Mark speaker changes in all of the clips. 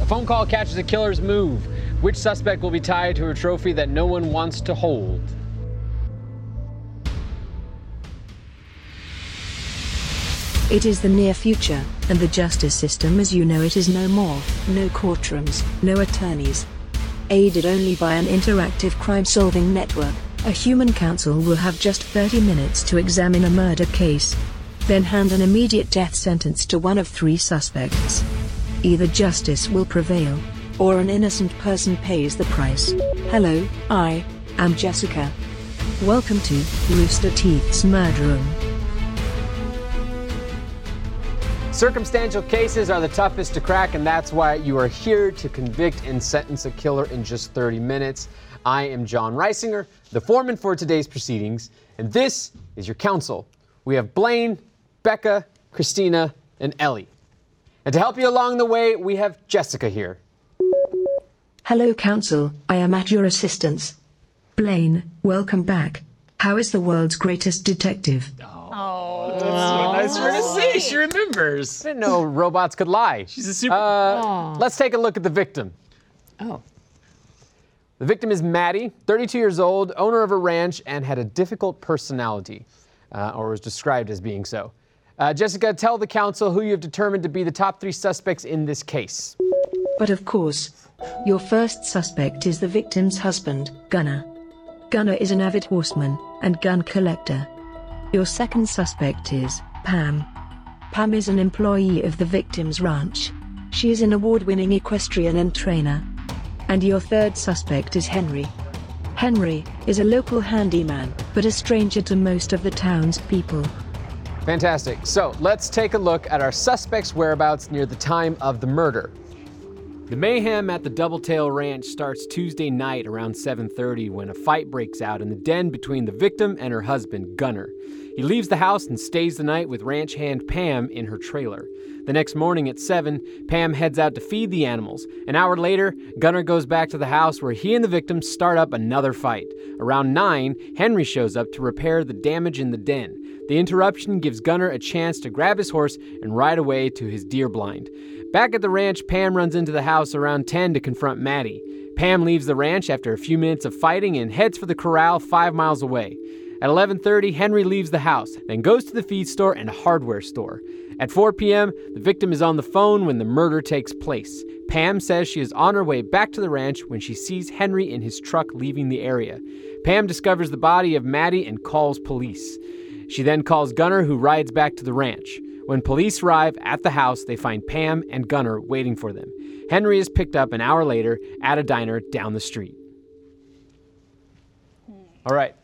Speaker 1: A phone call catches a killer's move. Which suspect will be tied to a trophy that no one wants to hold?
Speaker 2: It is the near future, and the justice system as you know it is no more. No courtrooms, no attorneys. Aided only by an interactive crime solving network, a human counsel will have just 30 minutes to examine a murder case. Then hand an immediate death sentence to one of three suspects. Either justice will prevail, or an innocent person pays the price. Hello, I am Jessica. Welcome to Rooster Teeth's Murder Room.
Speaker 1: Circumstantial cases are the toughest to crack, and that's why you are here to convict and sentence a killer in just 30 minutes. I am John Reisinger, the foreman for today's proceedings, and this is your counsel. We have Blaine, Becca, Christina, and Ellie. And to help you along the way, we have Jessica here.
Speaker 2: Hello, Council. I am at your assistance. Blaine, welcome back. How is the world's greatest detective?
Speaker 3: That's what I was gonna say. She
Speaker 1: I
Speaker 3: remembers.
Speaker 1: didn't know robots could lie.
Speaker 3: She's a super.
Speaker 1: Uh, let's take a look at the victim.
Speaker 4: Oh.
Speaker 1: The victim is Maddie, 32 years old, owner of a ranch, and had a difficult personality, uh, or was described as being so. Uh, Jessica, tell the council who you have determined to be the top three suspects in this case.
Speaker 2: But of course, your first suspect is the victim's husband, Gunnar. Gunnar is an avid horseman and gun collector. Your second suspect is Pam. Pam is an employee of the victim's ranch. She is an award winning equestrian and trainer. And your third suspect is Henry. Henry is a local handyman, but a stranger to most of the town's people.
Speaker 1: Fantastic. So let's take a look at our suspect's whereabouts near the time of the murder. The mayhem at the Doubletail Ranch starts Tuesday night around 7:30 when a fight breaks out in the den between the victim and her husband, Gunner. He leaves the house and stays the night with ranch hand Pam in her trailer. The next morning at 7, Pam heads out to feed the animals. An hour later, Gunner goes back to the house where he and the victim start up another fight. Around 9, Henry shows up to repair the damage in the den. The interruption gives Gunner a chance to grab his horse and ride away to his deer blind. Back at the ranch, Pam runs into the house around 10 to confront Maddie. Pam leaves the ranch after a few minutes of fighting and heads for the corral 5 miles away. At 11:30, Henry leaves the house, then goes to the feed store and a hardware store. At 4 p.m., the victim is on the phone when the murder takes place. Pam says she is on her way back to the ranch when she sees Henry in his truck leaving the area. Pam discovers the body of Maddie and calls police. She then calls Gunner, who rides back to the ranch. When police arrive at the house, they find Pam and Gunner waiting for them. Henry is picked up an hour later at a diner down the street. All right.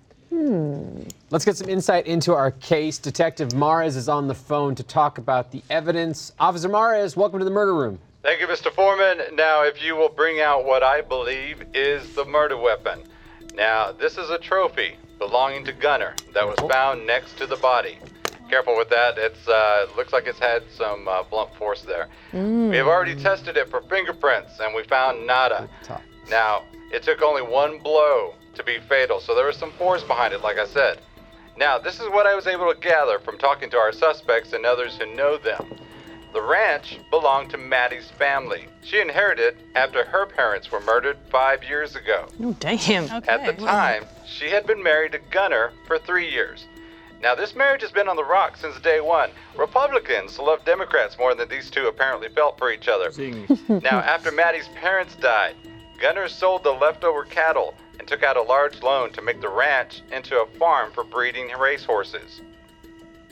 Speaker 1: Let's get some insight into our case. Detective Mares is on the phone to talk about the evidence. Officer Mares, welcome to the murder room.
Speaker 5: Thank you, Mr. Foreman. Now, if you will bring out what I believe is the murder weapon. Now, this is a trophy belonging to Gunner that was found next to the body. Careful with that. It's uh, looks like it's had some uh, blunt force there.
Speaker 6: Mm.
Speaker 5: We have already tested it for fingerprints, and we found nada. Now, it took only one blow to be fatal, so there was some force behind it, like I said. Now, this is what I was able to gather from talking to our suspects and others who know them. The ranch belonged to Maddie's family. She inherited it after her parents were murdered five years ago.
Speaker 4: Oh, damn.
Speaker 5: At the time, she had been married to Gunner for three years. Now, this marriage has been on the rocks since day one. Republicans love Democrats more than these two apparently felt for each other. now, after Maddie's parents died, Gunner sold the leftover cattle and took out a large loan to make the ranch into a farm for breeding racehorses.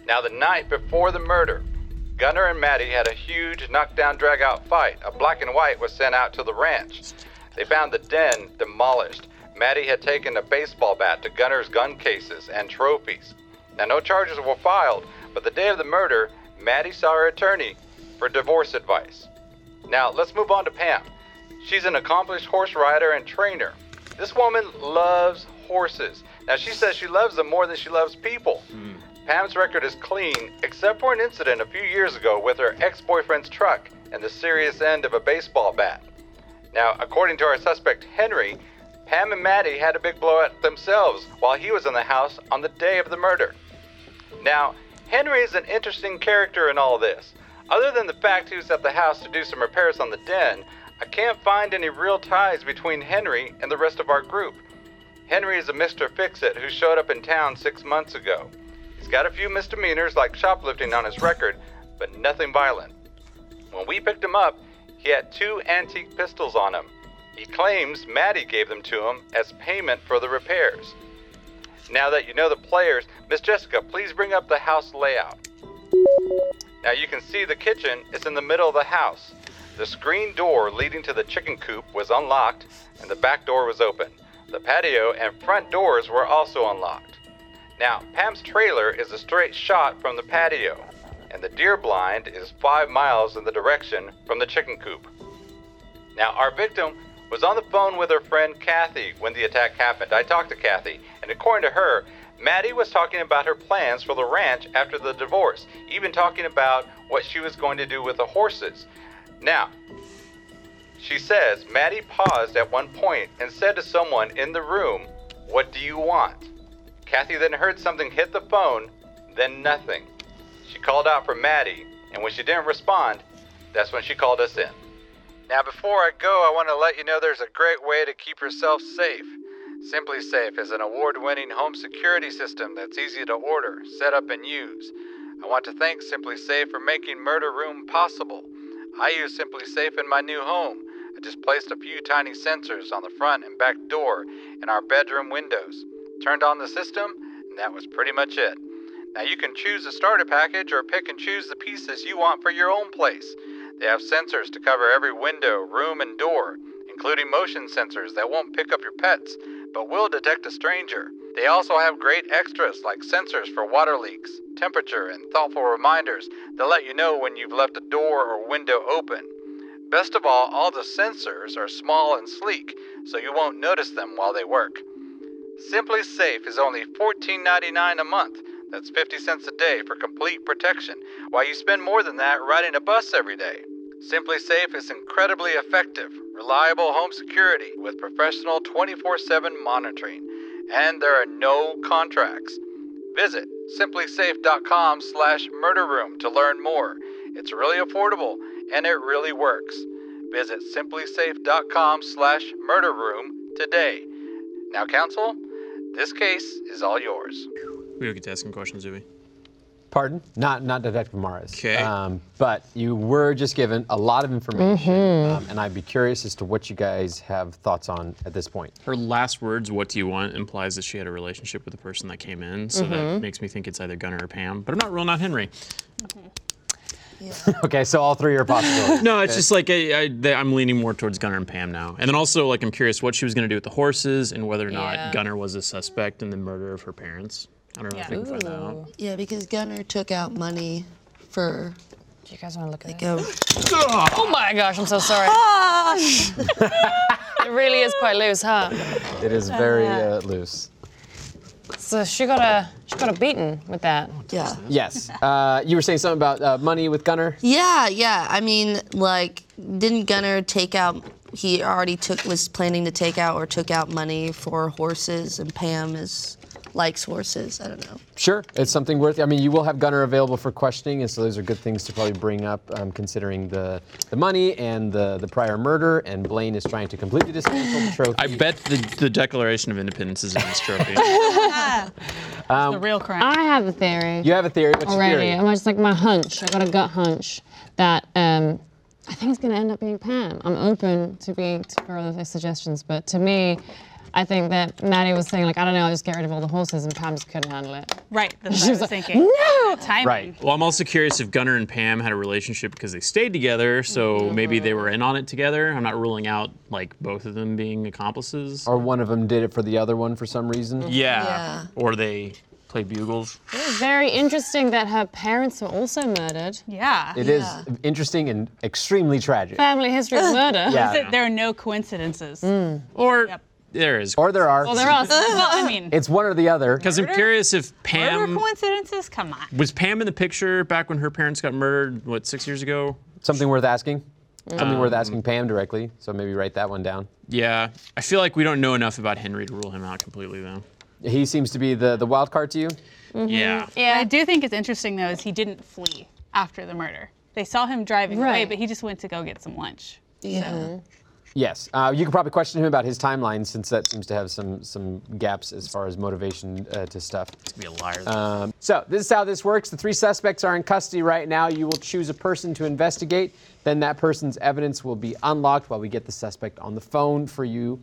Speaker 5: Now, the night before the murder, Gunner and Maddie had a huge knockdown dragout fight. A black and white was sent out to the ranch. They found the den demolished. Maddie had taken a baseball bat to Gunner's gun cases and trophies. Now, no charges were filed, but the day of the murder, Maddie saw her attorney for divorce advice. Now, let's move on to Pam. She's an accomplished horse rider and trainer. This woman loves horses. Now, she says she loves them more than she loves people. Pam's record is clean, except for an incident a few years ago with her ex boyfriend's truck and the serious end of a baseball bat. Now, according to our suspect Henry, Pam and Maddie had a big blowout themselves while he was in the house on the day of the murder. Now, Henry is an interesting character in all this. Other than the fact he was at the house to do some repairs on the den, I can't find any real ties between Henry and the rest of our group. Henry is a Mr. Fix It who showed up in town six months ago. He's got a few misdemeanors like shoplifting on his record, but nothing violent. When we picked him up, he had two antique pistols on him. He claims Maddie gave them to him as payment for the repairs. Now that you know the players, Miss Jessica, please bring up the house layout. Now you can see the kitchen is in the middle of the house. The screen door leading to the chicken coop was unlocked, and the back door was open. The patio and front doors were also unlocked. Now, Pam's trailer is a straight shot from the patio, and the deer blind is five miles in the direction from the chicken coop. Now, our victim was on the phone with her friend Kathy when the attack happened. I talked to Kathy, and according to her, Maddie was talking about her plans for the ranch after the divorce, even talking about what she was going to do with the horses. Now, she says Maddie paused at one point and said to someone in the room, What do you want? Kathy then heard something hit the phone, then nothing. She called out for Maddie, and when she didn't respond, that's when she called us in. Now, before I go, I want to let you know there's a great way to keep yourself safe. Simply Safe is an award winning home security system that's easy to order, set up, and use. I want to thank Simply Safe for making Murder Room possible. I use Simply Safe in my new home. I just placed a few tiny sensors on the front and back door and our bedroom windows. Turned on the system, and that was pretty much it. Now you can choose a starter package or pick and choose the pieces you want for your own place. They have sensors to cover every window, room, and door, including motion sensors that won't pick up your pets but will detect a stranger. They also have great extras like sensors for water leaks, temperature, and thoughtful reminders that let you know when you've left a door or window open. Best of all, all the sensors are small and sleek, so you won't notice them while they work. Simply Safe is only $14.99 a month. That's 50 cents a day for complete protection, while you spend more than that riding a bus every day. Simply Safe is incredibly effective, reliable home security with professional 24 7 monitoring, and there are no contracts. Visit simplysafe.com slash murderroom to learn more. It's really affordable and it really works. Visit simplysafe.com slash murderroom today. Now, counsel, this case is all yours.
Speaker 4: We don't get to ask him questions, do we?
Speaker 1: Pardon? Not not Detective Maris.
Speaker 4: 'Kay.
Speaker 1: Um, but you were just given a lot of information, um, and I'd be curious as to what you guys have thoughts on at this point.
Speaker 4: Her last words, "What do you want?" implies that she had a relationship with the person that came in, so that makes me think it's either Gunnar or Pam. But I'm not ruling out Henry.
Speaker 1: Okay, so all three are possible.
Speaker 4: No, it's just like I, I, that I'm leaning more towards Gunnar and Pam now. And then also, like, I'm curious what she was going to do with the horses and whether or not
Speaker 7: Yeah.
Speaker 4: Gunnar was a suspect in the murder of her parents. I don't know if we can find that out.
Speaker 8: Yeah, because Gunner took out money for
Speaker 7: Do you guys want to look at
Speaker 8: like
Speaker 7: that?
Speaker 8: a
Speaker 7: Oh my gosh, I'm so sorry. it really is quite loose, huh?
Speaker 1: it is very uh, loose.
Speaker 7: So she got a she got a beaten with that.
Speaker 8: yeah.
Speaker 1: Yes. Uh, you were saying something about uh, money with Gunner.
Speaker 8: Yeah, yeah. I mean, like, didn't Gunner take out? He already took was planning to take out or took out money for horses, and Pam is likes horses. I don't know.
Speaker 1: Sure, it's something worth. I mean, you will have Gunner available for questioning, and so those are good things to probably bring up, um, considering the the money and the the prior murder. And Blaine is trying to completely dismantle the trophy.
Speaker 4: I bet the, the Declaration of Independence is in this trophy.
Speaker 1: Um,
Speaker 9: the real crime.
Speaker 10: I have a theory
Speaker 1: you have a theory. What's your
Speaker 10: already.
Speaker 1: theory?
Speaker 10: I'm just like my hunch. I got a gut hunch that um, I think it's going to end up being Pam. I'm open to being to for other suggestions, but to me, I think that Maddie was saying like I don't know, I'll just get rid of all the horses, and Pam just couldn't handle it.
Speaker 9: right. That's what I was thinking. No. Timing.
Speaker 1: Right.
Speaker 4: well, I'm also curious if Gunnar and Pam had a relationship because they stayed together, so maybe they were in on it together. I'm not ruling out like both of them being accomplices.
Speaker 1: Or one of them did it for the other one for some reason.
Speaker 4: yeah.
Speaker 8: Yeah.
Speaker 4: Or they play bugles.
Speaker 10: Very interesting that her parents were also murdered.
Speaker 9: Yeah.
Speaker 1: It is interesting and extremely tragic.
Speaker 10: Family history of murder.
Speaker 1: Yeah.
Speaker 9: That There are no coincidences.
Speaker 11: Mm.
Speaker 4: Or there is.
Speaker 1: Or there are.
Speaker 10: Well, there are.
Speaker 9: Well, I mean,
Speaker 1: It's one or the other.
Speaker 4: Because I'm curious if
Speaker 9: there were
Speaker 4: Pam
Speaker 9: coincidences. Come on.
Speaker 4: was Pam in the picture back when her parents got murdered. What six years ago?
Speaker 1: Something worth asking. Something worth
Speaker 4: Um,
Speaker 1: asking Pam directly. So maybe write that one down.
Speaker 4: Yeah. I feel like we don't know enough about Henry to rule him out completely, though.
Speaker 1: He seems to be the the wild card to you.
Speaker 11: Mm-hmm.
Speaker 9: Mm-hmm.
Speaker 4: Yeah.
Speaker 9: What I do think it's interesting though is he didn't flee after the murder. They saw him driving away,
Speaker 10: Right.
Speaker 9: but he just went to go get some lunch.
Speaker 8: Yeah.
Speaker 1: Yes, uh, you could probably question him about his timeline, since that seems to have some some gaps as far as motivation uh, to stuff.
Speaker 4: Be a liar.
Speaker 1: Um, so this is how this works. The three suspects are in custody right now. You will choose a person to investigate. Then that person's evidence will be unlocked while we get the suspect on the phone for you.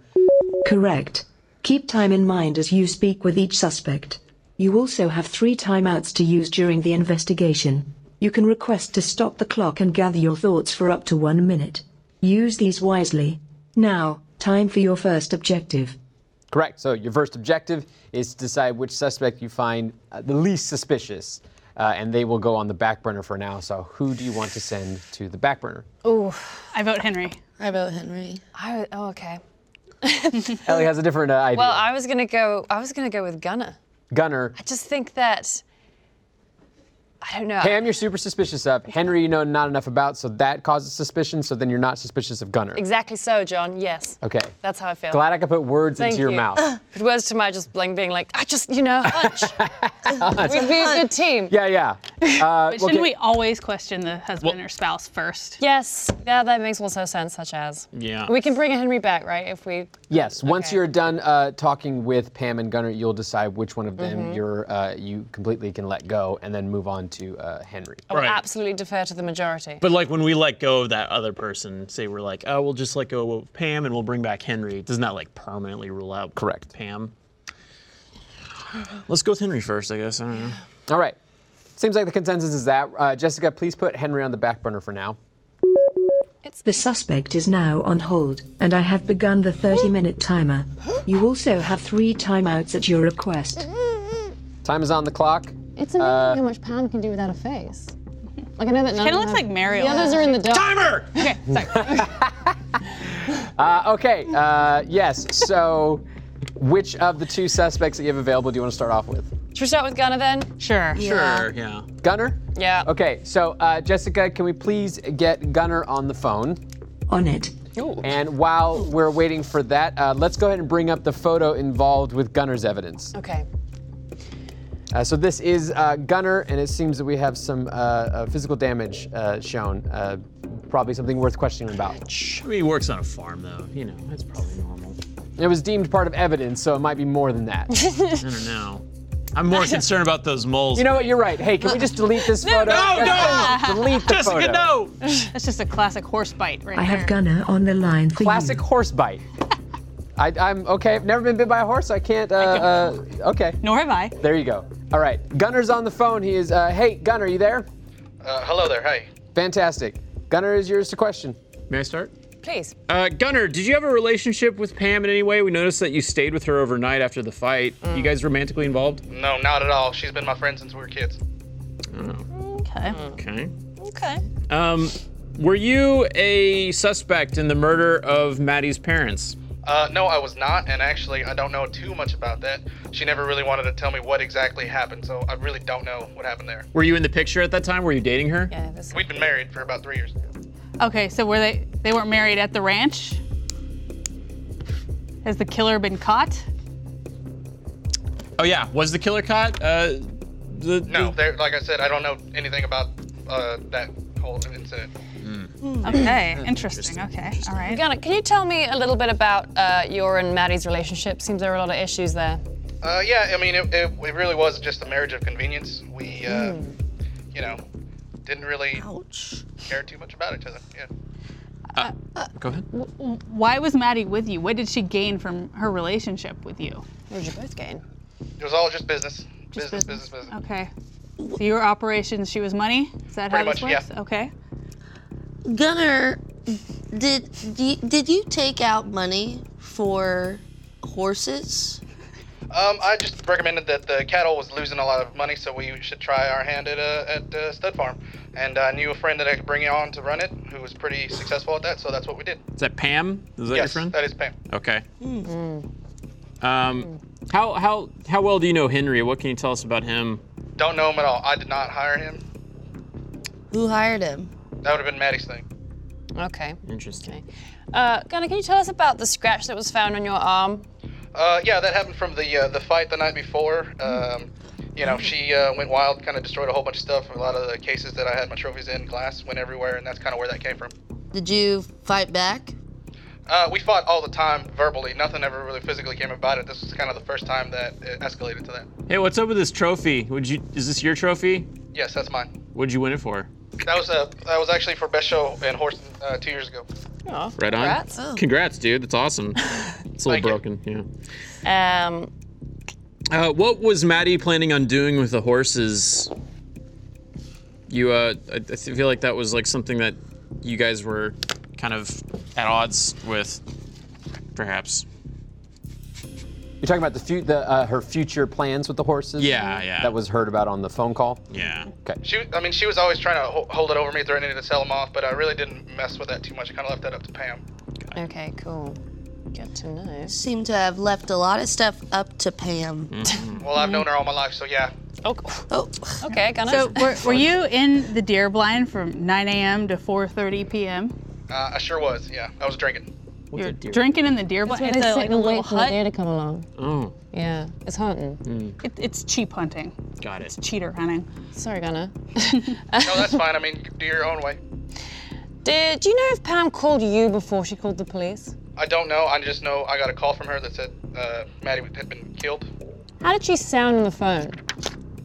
Speaker 2: Correct. Keep time in mind as you speak with each suspect. You also have three timeouts to use during the investigation. You can request to stop the clock and gather your thoughts for up to one minute. Use these wisely. Now, time for your first objective.
Speaker 1: Correct. So your first objective is to decide which suspect you find uh, the least suspicious, uh, and they will go on the back burner for now. So who do you want to send to the back burner?
Speaker 7: Ooh.
Speaker 9: I vote Henry.
Speaker 8: I vote Henry.
Speaker 7: I, oh, okay.
Speaker 1: Ellie has a different uh, idea.
Speaker 7: Well, I was gonna go. I was gonna go with Gunner.
Speaker 1: Gunner.
Speaker 7: I just think that. I don't know.
Speaker 1: Pam, you're super suspicious of. Henry, you know not enough about, so that causes suspicion, so then you're not suspicious of Gunner.
Speaker 7: Exactly so, John. Yes.
Speaker 1: Okay.
Speaker 7: That's how I feel.
Speaker 1: Glad I could put words
Speaker 7: Thank
Speaker 1: into your
Speaker 7: you.
Speaker 1: mouth.
Speaker 7: It was to my just like being like, I just, you know, hunch. We'd be a good team.
Speaker 1: yeah, yeah. Uh,
Speaker 9: But shouldn't
Speaker 1: okay.
Speaker 9: we always question the husband or spouse first?
Speaker 7: Yes. Yeah, that makes also sense. Such
Speaker 1: Mm.
Speaker 7: as.
Speaker 4: Yeah.
Speaker 7: We can bring Henry back, right? If we.
Speaker 1: Yes, once
Speaker 7: Okay.
Speaker 1: you're done uh, talking with Pam and Gunner, you'll decide which one of them you're, uh, you completely can let go and then move on to uh, Henry.
Speaker 7: I would
Speaker 4: Right.
Speaker 7: absolutely defer to the majority.
Speaker 4: But like when we let go of that other person, say we're like, oh, we'll just let go of Pam and we'll bring back Henry. Doesn't that like permanently rule out
Speaker 1: Correct.
Speaker 4: Pam? Let's go with Henry first, I guess. I don't know.
Speaker 1: All right. Seems like the consensus is that. Uh, Jessica, please put Henry on the back burner for now.
Speaker 2: The suspect is now on hold, and I have begun the 30 minute timer. You also have three timeouts at your request.
Speaker 1: Time is on the clock.
Speaker 11: It's amazing
Speaker 1: Uh,
Speaker 11: how much Pam can do without a face. Like I know that none.
Speaker 9: Kind of
Speaker 11: of
Speaker 9: looks
Speaker 11: them-
Speaker 9: like Mario.
Speaker 11: The others are in the dark.
Speaker 4: Timer!
Speaker 9: Okay, sorry.
Speaker 1: Uh, okay, uh, yes, so which of the two suspects that you have available do you want to start off with?
Speaker 7: Should we start with Gunner then?
Speaker 9: sure.
Speaker 4: Sure, yeah.
Speaker 1: Gunner?
Speaker 7: Yeah.
Speaker 1: Okay, so uh, Jessica, can we please get Gunner on the phone?
Speaker 2: On it.
Speaker 1: And while we're waiting for that, uh, let's go ahead and bring up the photo involved with Gunner's evidence.
Speaker 7: Okay.
Speaker 1: Uh, so this is uh, Gunner, and it seems that we have some uh, uh, physical damage uh, shown. Uh, probably something worth questioning about.
Speaker 4: I mean, he works on a farm though, you know, that's probably normal.
Speaker 1: It was deemed part of evidence, so it might be more than that.
Speaker 4: I don't know. I'm more concerned about those moles.
Speaker 1: you know what? You're right. Hey, can we just delete this photo?
Speaker 4: no,
Speaker 1: Jessica, Delete the
Speaker 4: Jessica,
Speaker 1: photo.
Speaker 4: no!
Speaker 9: That's just a classic horse bite right
Speaker 2: I have
Speaker 9: there.
Speaker 2: Gunner on the line for
Speaker 1: Classic
Speaker 2: you.
Speaker 9: Hmm.
Speaker 1: horse bite. I, I'm okay. I've never been bit by a horse. I can't. Uh, uh, okay.
Speaker 9: Nor have I.
Speaker 1: There you go. All right. Gunner's on the phone. He is. Uh, hey, Gunner, you there?
Speaker 6: Uh, hello there. Hi.
Speaker 1: Fantastic. Gunner is yours to question.
Speaker 4: May I start?
Speaker 7: Please.
Speaker 4: Uh, Gunner, did you have a relationship with Pam in any way? We noticed that you stayed with her overnight after the fight. You guys romantically involved?
Speaker 6: Mm. No, not at all. She's been my friend since we were kids.
Speaker 9: Okay.
Speaker 4: Okay.
Speaker 7: Okay.
Speaker 4: Um, were you a suspect in the murder of Maddie's parents?
Speaker 6: Uh, no, I was not, and actually, I don't know too much about that. She never really wanted to tell me what exactly happened, so I really don't know what happened there.
Speaker 4: Were you in the picture at that time? Were you dating her?
Speaker 7: Yeah, this
Speaker 6: We'd been married for about three years.
Speaker 9: Okay, so were they they weren't married at the ranch? Has the killer been caught?
Speaker 4: Oh yeah. Was the killer caught? Uh, the,
Speaker 6: No,
Speaker 4: the-
Speaker 6: there, like I said, I don't know anything about uh, that whole incident.
Speaker 9: Okay, interesting. Okay, all right.
Speaker 7: Gunnar, can you tell me a little bit about uh, your and Maddie's relationship? Seems there are a lot of issues there.
Speaker 6: Uh, yeah, I mean, it, it, it really was just a marriage of convenience. We, uh, you know, didn't really
Speaker 8: Ouch.
Speaker 6: care too much about each other. Yeah.
Speaker 4: Uh,
Speaker 6: Uh,
Speaker 4: Go ahead.
Speaker 9: Why was Maddie with you? What did she gain from her relationship with you?
Speaker 7: What did you both gain?
Speaker 6: It was all just business. business, business, business,
Speaker 9: Okay. So your operations, she was money? Is that how
Speaker 6: Pretty
Speaker 9: this
Speaker 6: much,
Speaker 9: works?
Speaker 6: yeah.
Speaker 9: Okay.
Speaker 8: Gunner, did d- did you take out money for horses?
Speaker 6: Um, I just recommended that the cattle was losing a lot of money, so we should try our hand at a at uh stud farm. And I knew a friend that I could bring on to run it, who was pretty successful at that, so that's what we did.
Speaker 4: Is that Pam? Is that your
Speaker 6: yes,
Speaker 4: friend?
Speaker 6: that is Pam.
Speaker 4: okay.
Speaker 6: Mm.
Speaker 4: Mm. Um, how how how well do you know Henry? What can you tell us about him?
Speaker 6: Don't know him at all. I did not hire him.
Speaker 8: Who hired him?
Speaker 6: That would have been Maddie's thing.
Speaker 7: Okay.
Speaker 4: Interesting.
Speaker 7: Uh, Gunnar, can you tell us about the scratch that was found on your arm?
Speaker 6: Uh, yeah, that happened from the uh, the fight the night before. Um, you know, she uh, went wild, kind of destroyed a whole bunch of stuff. A lot of the cases that I had my trophies in, glass went everywhere, and that's kind of where that came from.
Speaker 8: Did you fight back?
Speaker 6: Uh, we fought all the time verbally. Nothing ever really physically came about it. This was kind of the first time that it escalated to that.
Speaker 4: Hey, what's up with this trophy? Would you? Is this your trophy?
Speaker 6: Yes, that's mine.
Speaker 4: What'd you win it for?
Speaker 6: That was uh, that was actually for best show in Horse uh, two years ago.
Speaker 4: Right on.
Speaker 6: Congrats. Oh.
Speaker 4: Congrats, dude. That's awesome. It's a little broken.
Speaker 7: Yeah. Um,
Speaker 4: Uh, what was Maddie planning on doing with the horses? You, uh, I, I feel like that was like something that you guys were kind of at odds with, perhaps.
Speaker 1: You're talking about the, fu- the uh, her future plans with the horses.
Speaker 4: Yeah, yeah.
Speaker 1: That was heard about on the phone call.
Speaker 4: Yeah.
Speaker 1: Okay.
Speaker 6: She, I mean, she was always trying to ho- hold it over me, threatening to sell them off, but I really didn't mess with that too much. I kind of left that up to Pam.
Speaker 7: Okay, cool. Good to know.
Speaker 8: Seem to have left a lot of stuff up to Pam.
Speaker 4: Mm-hmm.
Speaker 6: Well, I've known her all my life, so yeah.
Speaker 7: Oh.
Speaker 8: oh.
Speaker 7: Okay, gonna.
Speaker 9: So were, were you in the deer blind from 9 a.m. to 4:30 p.m.?
Speaker 6: Uh, I sure was. Yeah, I was drinking.
Speaker 9: You're drinking in the deer
Speaker 10: That's
Speaker 9: blind.
Speaker 10: where
Speaker 9: It's
Speaker 10: they
Speaker 9: a,
Speaker 10: sit
Speaker 9: like, a
Speaker 10: and
Speaker 9: little
Speaker 10: wait for the deer
Speaker 9: hut.
Speaker 10: to
Speaker 9: Mm.
Speaker 10: come along.
Speaker 4: Oh.
Speaker 10: Yeah, it's hunting.
Speaker 9: It, it's cheap hunting.
Speaker 4: Got it.
Speaker 9: It's cheater hunting.
Speaker 10: Sorry, Gunnar.
Speaker 6: no, that's fine. I mean, do your own way.
Speaker 10: Did you know if Pam called you before she called the police?
Speaker 6: I don't know. I just know I got a call from her that said uh, Maddie had been killed,
Speaker 10: How did she sound on the phone?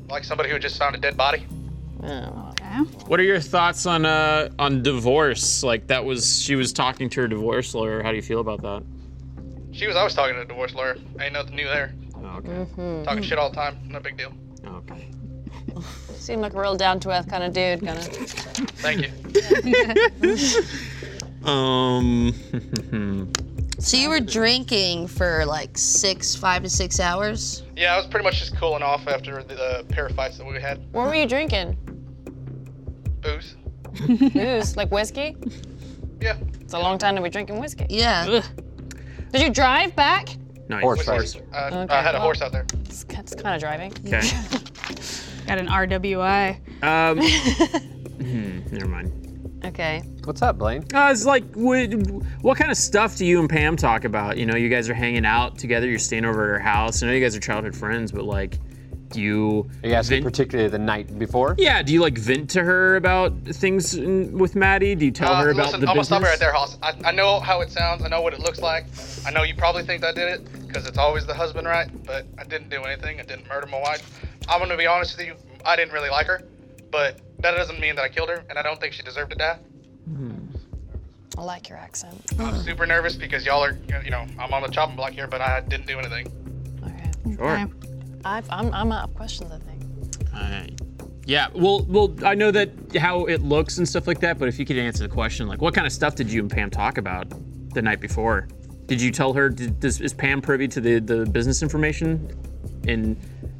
Speaker 6: like somebody who just found a dead body.
Speaker 4: What are your thoughts on uh, on divorce? Like that was she was talking to her divorce lawyer. How do you feel about that?
Speaker 6: She was always talking to a divorce lawyer. Ain't nothing new there.
Speaker 9: Mm-hmm.
Speaker 6: Talking shit all the time. No big deal.
Speaker 7: Seemed like a real down to earth kind of dude, gonna.
Speaker 6: Thank you.
Speaker 4: Um.
Speaker 8: So you were drinking for like six, five to six hours?
Speaker 6: Yeah, I was pretty much just cooling off after the uh, pair of fights that we had.
Speaker 7: What were you drinking?
Speaker 6: Booze.
Speaker 7: Booze, like whiskey?
Speaker 6: Yeah.
Speaker 7: It's a long time to be drinking whiskey.
Speaker 8: Yeah.
Speaker 7: Did you drive back?
Speaker 4: Nice.
Speaker 1: Horse,
Speaker 6: horse. Uh,
Speaker 7: Okay.
Speaker 6: I had
Speaker 9: Oh.
Speaker 6: a horse out there.
Speaker 7: It's, ki- it's kind of driving.
Speaker 4: Okay.
Speaker 9: Got an RWI.
Speaker 4: Um. hmm, never mind.
Speaker 7: Okay.
Speaker 1: What's up, Blaine?
Speaker 4: Uh, it's like, what, what kind of stuff do you and Pam talk about? You know, you guys are hanging out together. You're staying over at her house. I know you guys are childhood friends, but like, do you?
Speaker 1: Are you asking particularly the night before?
Speaker 4: Yeah. Do you like vent to her about things in, with Maddie? Do you tell
Speaker 6: Uh,
Speaker 4: her about
Speaker 6: listen,
Speaker 4: the
Speaker 6: I'm gonna
Speaker 4: business?
Speaker 6: stop you right there, Hoss. I, I know how it sounds. I know what it looks like. I know you probably think I did it because it's always the husband, right? But I didn't do anything. I didn't murder my wife. I'm gonna be honest with you. I didn't really like her, but that doesn't mean that I killed her, and I don't think she deserved to die.
Speaker 7: Hmm. I like your accent.
Speaker 6: I'm super nervous because y'all are, you know, I'm on the chopping block here, but I didn't do anything.
Speaker 4: Sure.
Speaker 7: I've, I'm, I'm out of questions, I think.
Speaker 4: Uh, yeah. Well, well, I know that how it looks and stuff like that. But if you could answer the question, like, what kind of stuff did you and Pam talk about the night before? Did you tell her? Did, does, is Pam privy to the, the business information in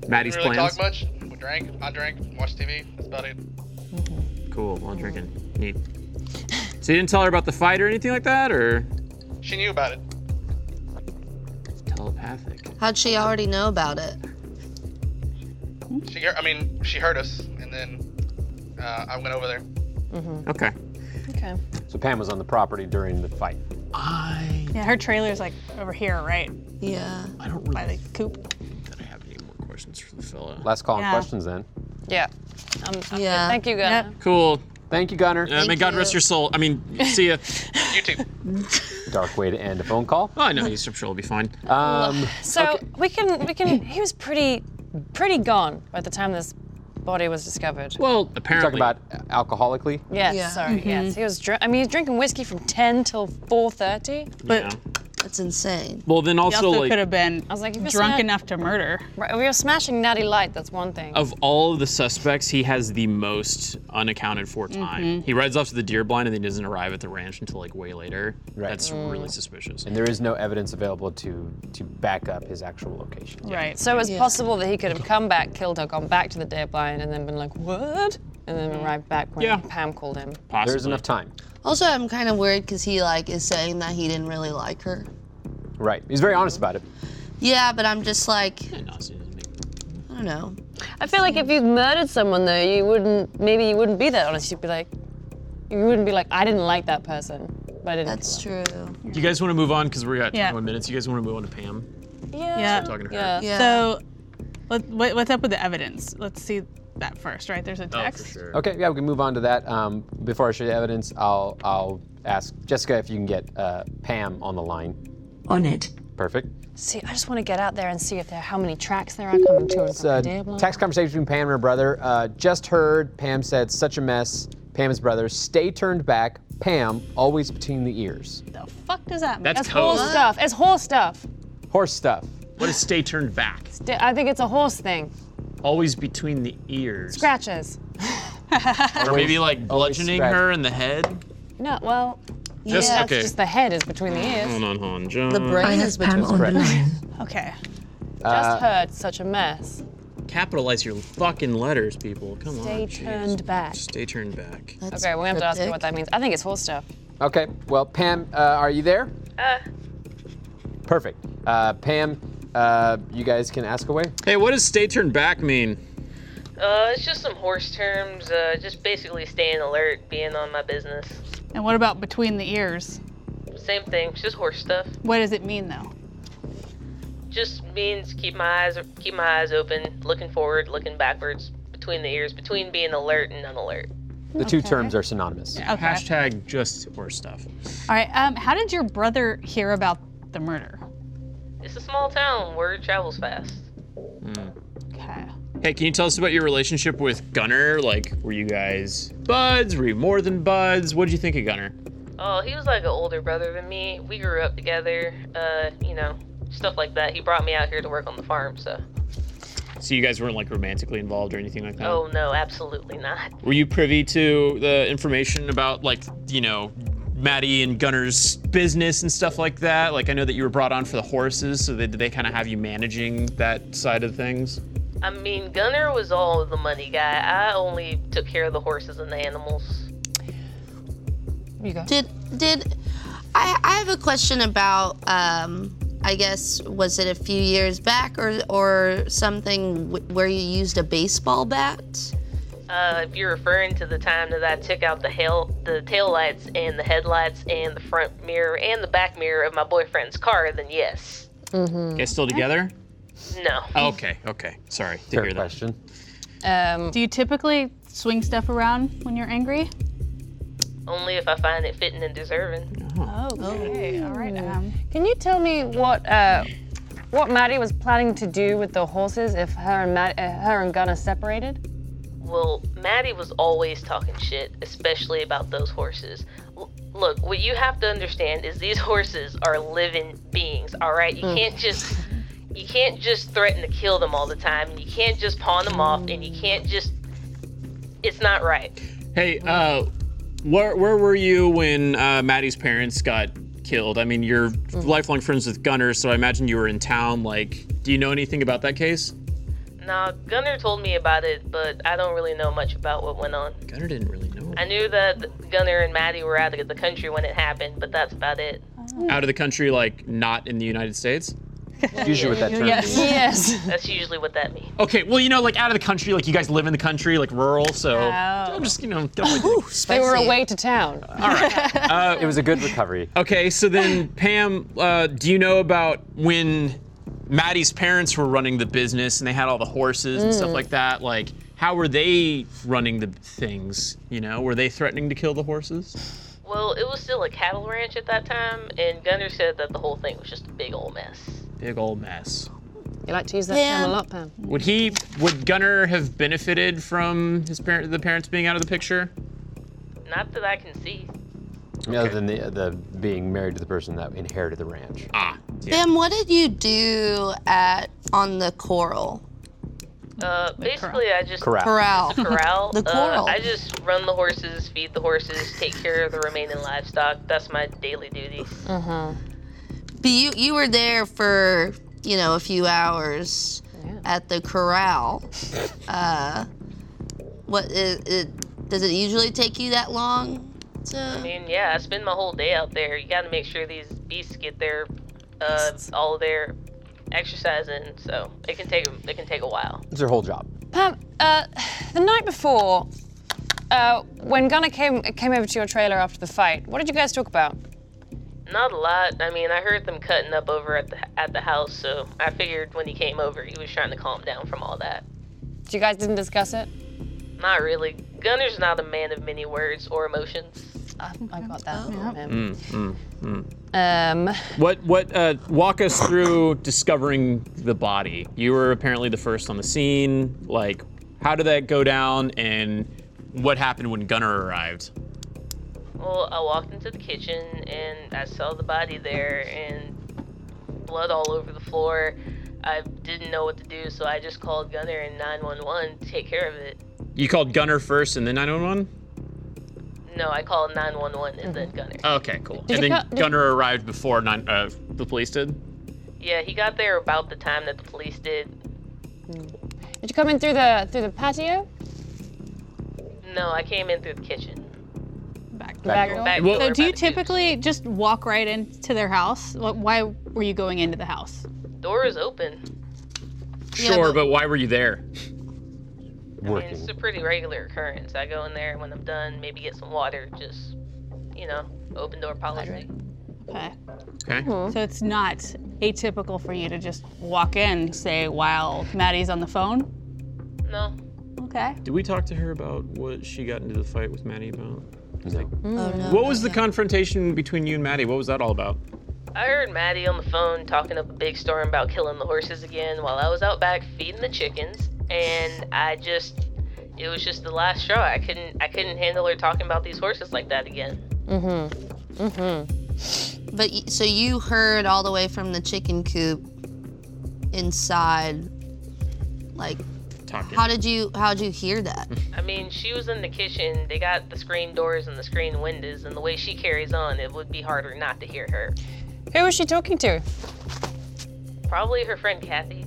Speaker 4: Maddie's
Speaker 6: didn't really
Speaker 4: plans?
Speaker 6: talk much. We drank. I drank. Watched TV. That's about it.
Speaker 4: Cool. While drinking. Neat. So you didn't tell her about the fight or anything like that, or
Speaker 6: She knew about it.
Speaker 4: telepathic?
Speaker 8: How'd she already know about it?
Speaker 6: She, hear- I mean, she heard us, and then uh, I went over there.
Speaker 4: Okay.
Speaker 7: Okay.
Speaker 1: So Pam was on the property during the fight.
Speaker 9: Yeah, her trailer's like over here, right?
Speaker 8: Yeah.
Speaker 4: I don't
Speaker 9: By the coop.
Speaker 4: Questions for the fella.
Speaker 1: Last call on
Speaker 9: Yeah.
Speaker 1: questions then.
Speaker 7: Yeah. Um, yeah. Thank you, guys.
Speaker 4: Cool.
Speaker 1: Thank you, Gunner.
Speaker 4: Uh, may God rest your soul. I mean, see ya.
Speaker 1: Dark way to end a phone call.
Speaker 4: Oh, I know. I'm sure it'll be fine.
Speaker 1: Um,
Speaker 7: So we can, we can. He was pretty, pretty gone by the time this body was discovered.
Speaker 4: well,
Speaker 1: you're
Speaker 4: apparently.
Speaker 1: talking about alcoholically.
Speaker 7: Yes, sorry. Yes, he was. Dr- I mean, he was drinking whiskey from ten till four thirty.
Speaker 9: But
Speaker 8: That's insane.
Speaker 4: Well, then
Speaker 9: he
Speaker 4: also,
Speaker 9: also
Speaker 4: like,
Speaker 9: could have been
Speaker 7: I was like, if you're
Speaker 9: drunk
Speaker 7: smart-
Speaker 9: enough to murder.
Speaker 7: Right, we were smashing Natty Light. That's one thing.
Speaker 4: of all of the suspects, he has the most unaccounted for time.
Speaker 7: Mhm.
Speaker 4: He rides off to the deer blind and then doesn't arrive at the ranch until like way later. That's
Speaker 7: Mm.
Speaker 4: really suspicious.
Speaker 1: And there is no evidence available to to back up his actual location.
Speaker 7: Right. So it's possible that he could have come back, killed her, gone back to the deer blind, and then been like, what? And then
Speaker 9: Mm.
Speaker 7: arrived back when Pam called him.
Speaker 1: There's enough time.
Speaker 8: Also, I'm kind of worried because he like is saying that he didn't really like her.
Speaker 1: Right. He's very honest about it.
Speaker 8: Yeah, but I'm just like, I don't know.
Speaker 7: I feel like if you murdered someone though, you wouldn't. Maybe you wouldn't be that honest. You'd be like, you wouldn't be like, I didn't like that person, but I didn't.
Speaker 8: That's true.
Speaker 4: You guys want to move on because we got
Speaker 9: Yeah.
Speaker 4: 21 minutes. You guys want to move on to Pam?
Speaker 9: Yeah.
Speaker 4: Talking to her.
Speaker 7: Yeah.
Speaker 9: So, let, what, what's up with the evidence? Let's see
Speaker 4: Oh,
Speaker 9: that first, right? There's a text.
Speaker 1: Okay, yeah, we can move on to that. Um, before I show you the evidence, I'll I'll ask Jessica if you can get uh, Pam on the line.
Speaker 2: On it.
Speaker 1: Perfect.
Speaker 7: See, I just want to get out there and see if there how many tracks there are coming to us.
Speaker 1: It's a text conversation between Pam and her brother. Uh, just heard Pam said, such a mess. Pam's brother, stay turned back. Pam, always between the ears.
Speaker 9: Fuck does that mean?
Speaker 1: That's
Speaker 7: whole
Speaker 1: code.
Speaker 7: stuff. It's whole stuff.
Speaker 1: Horse stuff.
Speaker 4: What is stay turned back?
Speaker 7: Sti- I think it's a horse thing.
Speaker 4: Always between the ears.
Speaker 7: Scratches.
Speaker 4: Or maybe like bludgeoning her in the head.
Speaker 7: No, well,
Speaker 4: Just-
Speaker 7: yeah,
Speaker 4: okay.
Speaker 7: it's just the head is between the ears.
Speaker 4: Hold on, hold on, John.
Speaker 7: Okay. Just
Speaker 4: Mm. Uh,
Speaker 7: heard such a mess.
Speaker 4: Capitalize your fucking letters, people. Come
Speaker 7: Stay
Speaker 4: on.
Speaker 7: turned back.
Speaker 4: Stay turned back.
Speaker 7: okay, we're gonna have to ask you what that means. I think it's horse stuff.
Speaker 1: Okay, well, Pam, uh, are you there?
Speaker 7: Uh.
Speaker 1: Perfect. Uh, Pam, uh, you guys can ask away.
Speaker 4: Hey, what does stay turned back mean?
Speaker 12: Uh, it's just some horse terms. Uh, just basically staying alert, being on my business.
Speaker 9: And what about between the ears?
Speaker 12: Same thing. It's just horse stuff.
Speaker 9: What does it mean though?
Speaker 12: Just means keep my eyes keep my eyes open, looking forward, looking backwards, between the ears, between being alert and unalert.
Speaker 1: The two terms are synonymous.
Speaker 9: Yeah, okay.
Speaker 4: Hashtag just horse stuff.
Speaker 9: All right. Um, how did your brother hear about the murder?
Speaker 12: It's a small town. Word travels fast.
Speaker 4: Hey, can you tell us about your relationship with Gunner? Like, were you guys buds? Were you more than buds? What did you think of Gunner?
Speaker 12: Oh, he was like an older brother than me. We grew up together. Uh, you know, stuff like that. He brought me out here to work on the farm, so.
Speaker 4: So you guys weren't like romantically involved or anything like that?
Speaker 12: Oh no, absolutely not.
Speaker 4: Were you privy to the information about like, you know, Maddie and Gunner's business and stuff like that? Like, I know that you were brought on for the horses, so they, did they kind of have you managing that side of things?
Speaker 12: I mean, Gunner was all the money guy. I only took care of the horses and the animals.
Speaker 8: Did did I, I have a question about um, I guess was it a few years back or or something w- where you used a baseball bat?
Speaker 12: Uh, if you're referring to the time that I took out the hail, the taillights and the headlights and the front mirror and the back mirror of my boyfriend's car, then yes.
Speaker 4: You guys still together? Oh,
Speaker 12: No.
Speaker 4: Okay, okay. Sorry to hear that.
Speaker 1: question.
Speaker 9: Um, Do you typically swing stuff around when you're angry?
Speaker 12: Only if I find it fitting and deserving.
Speaker 7: Oh, Okay. All right. Um, Can you tell me what uh, what Maddie was planning to do with the horses if her and Matt, uh, her and Gunnar separated?
Speaker 12: Well, Maddie was always talking shit, especially about those horses. L- look, what you have to understand is these horses are living beings, all right? You
Speaker 7: Mm.
Speaker 12: can't just you can't just threaten to kill them all the time, and you can't just pawn them off, and you can't just it's not right.
Speaker 4: Hey, uh, where, where were you when uh, Maddie's parents got killed? I mean, you're lifelong friends with Gunner, so I imagine you were in town. Like, do you know anything about that case?
Speaker 12: Nah, Gunner told me about it, but I don't really know much about what went on.
Speaker 4: Gunner didn't really know.
Speaker 12: I knew that Gunner and Maddie were out of the country when it happened, but that's about it.
Speaker 4: Out of the country, like not in the United States? Usually what that term means.
Speaker 12: That's usually what that means.
Speaker 4: Okay, well, you know, like out of the country, like you guys live in the country, like rural, so.
Speaker 7: I'm
Speaker 4: just, you know, don't.
Speaker 7: they were
Speaker 4: spicy.
Speaker 7: away to town.
Speaker 4: Uh,
Speaker 1: it was a good recovery.
Speaker 4: Okay, so then, Pam, uh, do you know about when Maddie's parents were running the business and they had all the horses and stuff
Speaker 7: Mm.
Speaker 4: like that? Like, how were they running the things? You know, were they threatening to kill the horses?
Speaker 12: Well, it was still a cattle ranch at that time, and Gunner said that the whole thing was just a big old mess.
Speaker 4: Big old mess.
Speaker 7: You like to use that
Speaker 12: Pam.
Speaker 7: term a lot, Pam.
Speaker 4: Would he, would Gunner have benefited from his parent, the parents being out of the picture?
Speaker 12: Not that I can see.
Speaker 1: Other than the, the being married to the person that inherited the ranch.
Speaker 4: Ah.
Speaker 8: Bam, what did you do at on the coral?
Speaker 12: Uh, basically, I just
Speaker 8: Corral. Corral.
Speaker 12: The corral.
Speaker 8: The
Speaker 12: uh,
Speaker 8: coral.
Speaker 12: I just run the horses, feed the horses, take care of the remaining livestock. That's my daily duty.
Speaker 8: Uh-huh. But you you were there for, you know, a few hours at the corral. Uh what it, it does it usually take you that long?
Speaker 12: I mean, yeah, I spend my whole day out there. You got to make sure these beasts get their, uh, all their exercise in. So it can take it can take a while.
Speaker 1: It's their whole job.
Speaker 7: Pam, uh, the night before, uh, when Gunnar came came over to your trailer after the fight, what did you guys talk about?
Speaker 12: Not a lot. I mean, I heard them cutting up over at the at the house, so I figured when he came over, he was trying to calm down from all that.
Speaker 7: You guys didn't discuss it.
Speaker 12: Not really. Gunner's not a man of many words or emotions.
Speaker 7: I, I got that from him.
Speaker 4: Mm, mm, mm.
Speaker 7: Um,
Speaker 4: What what uh, walk us through discovering the body? You were apparently the first on the scene. Like, how did that go down, and what happened when Gunnar arrived?
Speaker 12: Well, I walked into the kitchen and I saw the body there and blood all over the floor. I didn't know what to do, so I just called Gunner and 911 to take care of it.
Speaker 4: You called Gunnar first, and then 911.
Speaker 12: No, I called 911 and
Speaker 7: Mm-hmm.
Speaker 12: then Gunner.
Speaker 4: Okay, cool.
Speaker 12: Did
Speaker 4: and
Speaker 12: you
Speaker 4: then
Speaker 12: call- did-
Speaker 4: Gunnar arrived before nine, uh, the police did.
Speaker 12: Yeah, he got there about the time that the police did.
Speaker 10: Did you come in through the through the patio?
Speaker 12: No, I came in through the kitchen.
Speaker 9: Back,
Speaker 12: Back door. Back door
Speaker 9: so do
Speaker 12: by
Speaker 9: you
Speaker 12: the
Speaker 9: typically just walk right into their house? Wh- Why were you going into the house?
Speaker 12: Door is open.
Speaker 4: Sure, but, why were you there?
Speaker 12: And it's a pretty regular occurrence. I go in there when I'm done, maybe get some water, just, you know, open door policy.
Speaker 9: Okay.
Speaker 4: Okay.
Speaker 9: So it's not atypical for you to just walk in, say, while Maddie's on the phone?
Speaker 12: No.
Speaker 9: Okay.
Speaker 4: Did we talk to her about what she got into the fight with Maddie about? Like,
Speaker 12: Oh, no,
Speaker 4: what was the confrontation between you and Maddie? What was that all about?
Speaker 12: I heard Maddie on the phone talking up a big storm about killing the horses again while I was out back feeding the chickens and I just it was just the last straw. I couldn't I couldn't handle her talking about these horses like that again.
Speaker 8: Mm-hmm. Mm-hmm. But y- so you heard all the way from the chicken coop inside, like,
Speaker 4: Talking.
Speaker 8: how did you how did you hear that?
Speaker 12: I mean, she was in the kitchen. They got the screen doors and the screen windows and the way she carries on, it would be harder not to hear her.
Speaker 10: Who was she talking to?
Speaker 12: Probably her friend Kathy.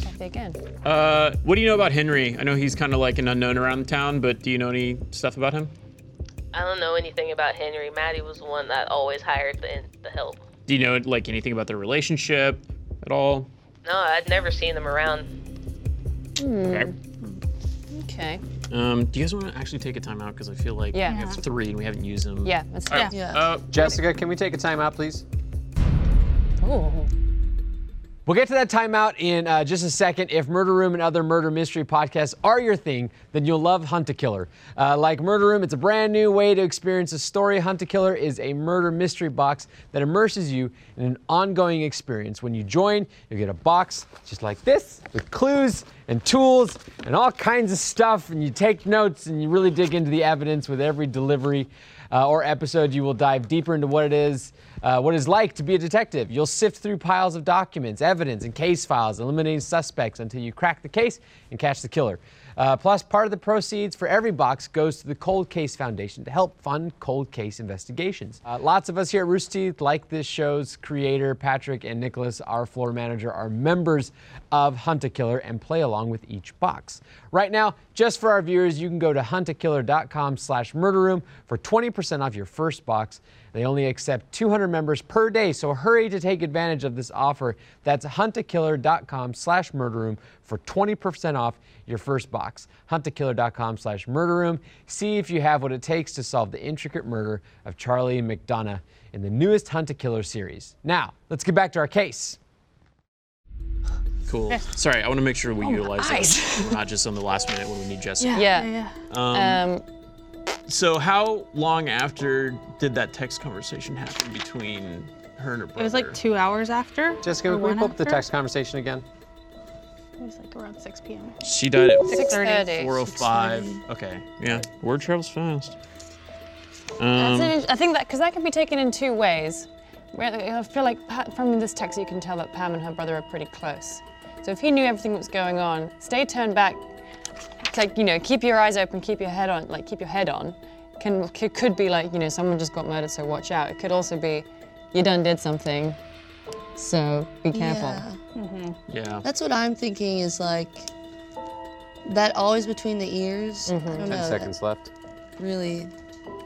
Speaker 10: Kathy again.
Speaker 4: Uh, what do you know about Henry? I know he's kind of like an unknown around town, but do you know any stuff about him?
Speaker 12: I don't know anything about Henry. Maddie was the one that always hired the, the help.
Speaker 4: Do you know like anything about their relationship at all?
Speaker 12: No, I'd never seen them around.
Speaker 4: Okay.
Speaker 10: Okay.
Speaker 4: Um, do you guys want to actually take a timeout? Because I feel like
Speaker 1: Yeah.
Speaker 4: we have three and we haven't used them.
Speaker 1: Yeah, let's-
Speaker 4: All right.
Speaker 1: Yeah.
Speaker 4: Uh,
Speaker 1: Jessica, can we take a timeout, please? We'll get to that timeout in uh, just a second. If Murder Room and other murder mystery podcasts are your thing, then you'll love Hunt a Killer. Uh, like Murder Room, it's a brand new way to experience a story. Hunt a Killer is a murder mystery box that immerses you in an ongoing experience. When you join, you get a box just like this with clues and tools and all kinds of stuff, and you take notes and you really dig into the evidence with every delivery uh, or episode, you will dive deeper into what it is, uh, what it's like to be a detective. You'll sift through piles of documents, evidence, and case files, eliminating suspects until you crack the case and catch the killer. Uh, plus, part of the proceeds for every box goes to the Cold Case Foundation to help fund cold case investigations. Uh, lots of us here at Rooster Teeth, like this show's creator Patrick and Nicholas, our floor manager, are members of Hunt a Killer and play along with each box. Right now, just for our viewers, you can go to huntakiller.com slash murder room for 20% off your first box. They only accept 200 members per day, so hurry to take advantage of this offer. That's huntakiller.com slash murder room for 20% off your first box. huntakiller.com slash murder room. See if you have what it takes to solve the intricate murder of Charlie McDonough in the newest Hunt a Killer series. Now, let's get back to our case.
Speaker 4: cool. Sorry, I want to make sure we
Speaker 1: Oh, my
Speaker 4: utilize
Speaker 1: eyes.
Speaker 4: that. We're not just on the last minute when we need Jessica.
Speaker 10: Yeah.
Speaker 4: Um, so how long after did that text conversation happen between her and her brother?
Speaker 9: It was like two hours after.
Speaker 1: Jessica,
Speaker 9: or
Speaker 1: can we
Speaker 9: one
Speaker 1: pull up the
Speaker 9: after.
Speaker 1: text conversation again?
Speaker 9: It was like around 6 p.m.
Speaker 4: She died at
Speaker 9: 6:30.
Speaker 4: 4:05. Okay. Yeah. Word travels fast.
Speaker 10: That's
Speaker 4: Um,
Speaker 10: an, in- I think that because that can be taken in two ways. Where- I feel like Pa- from this text you can tell that Pam and her brother are pretty close. So if he knew everything that was going on, stay turned back. It's like you know, keep your eyes open, keep your head on, like keep your head on. Can c- could be like you know, someone just got murdered, so watch out. It could also be, you done did something, so be careful.
Speaker 4: yeah.
Speaker 8: Mm-hmm. That's what I'm thinking is like that always between the ears. I don't know.
Speaker 1: left.
Speaker 8: that Really.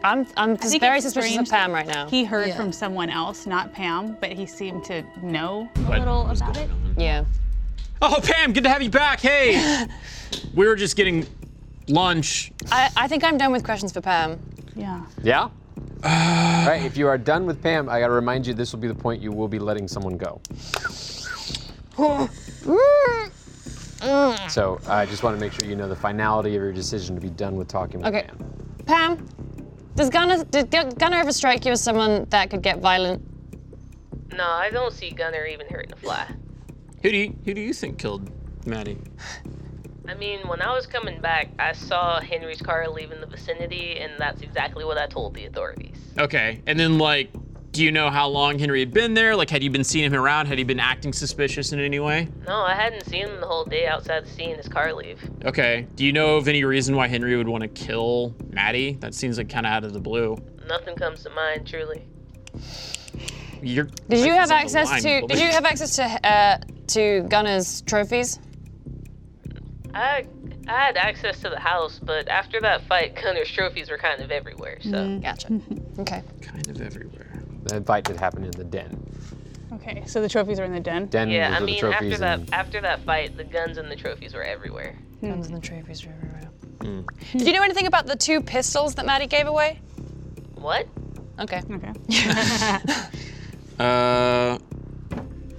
Speaker 10: I'm I'm
Speaker 9: I think
Speaker 10: very
Speaker 9: it's
Speaker 10: suspicious
Speaker 9: strange
Speaker 10: of Pam
Speaker 9: that
Speaker 10: right now.
Speaker 9: He heard from someone else, not Pam, but he seemed to know a
Speaker 4: What
Speaker 9: little about it.
Speaker 10: Yeah.
Speaker 4: Oh, Pam, good to have you back. Hey. we were just getting lunch.
Speaker 10: I, I think I'm done with questions for Pam.
Speaker 9: Yeah.
Speaker 1: Yeah? All right, if you are done with Pam, I gotta remind you this will be the point you will be letting someone go.
Speaker 10: okay,
Speaker 1: So I just wanna make sure you know the finality of your decision to be done with talking with Pam.
Speaker 10: Pam,
Speaker 7: Does Gunner did Gun- Gunner ever strike you as someone that could get violent?
Speaker 12: No, I don't see Gunner even hurting a fly.
Speaker 4: Who do you, who do you think killed Maddie?
Speaker 12: I mean, when I was coming back, I saw Henry's car leaving the vicinity, and that's exactly what I told the authorities.
Speaker 4: Okay, and then like, do you know how long Henry had been there? Like, had you been seeing him around? Had he been acting suspicious in any way?
Speaker 12: No, I hadn't seen him the whole day outside of seeing his car leave.
Speaker 4: Okay, do you know of any reason why Henry would want to kill Maddie? That seems like kind of out of the blue.
Speaker 12: Nothing comes to mind, truly.
Speaker 4: You're.
Speaker 7: Did you have
Speaker 4: It's on the
Speaker 7: access
Speaker 4: line,
Speaker 7: to
Speaker 4: but-
Speaker 7: Did you have access to uh, to Gunner's trophies?
Speaker 12: I I had access to the house, but after that fight, Gunner's trophies were kind of everywhere. So
Speaker 9: Mm.
Speaker 7: gotcha. Okay.
Speaker 4: Kind of everywhere.
Speaker 1: The fight did happen in the den.
Speaker 9: Okay, so the trophies are in the den.
Speaker 1: Den
Speaker 12: Mm-hmm. yeah,
Speaker 1: was
Speaker 12: I
Speaker 1: where
Speaker 12: mean,
Speaker 1: the trophies
Speaker 12: after that
Speaker 1: and-
Speaker 12: after that fight, the guns and the trophies were everywhere.
Speaker 9: Guns and the trophies are everywhere.
Speaker 4: Hmm.
Speaker 2: Do you know anything about the two pistols that Maddie gave away?
Speaker 12: What?
Speaker 2: Okay.
Speaker 9: Okay.
Speaker 4: Uh.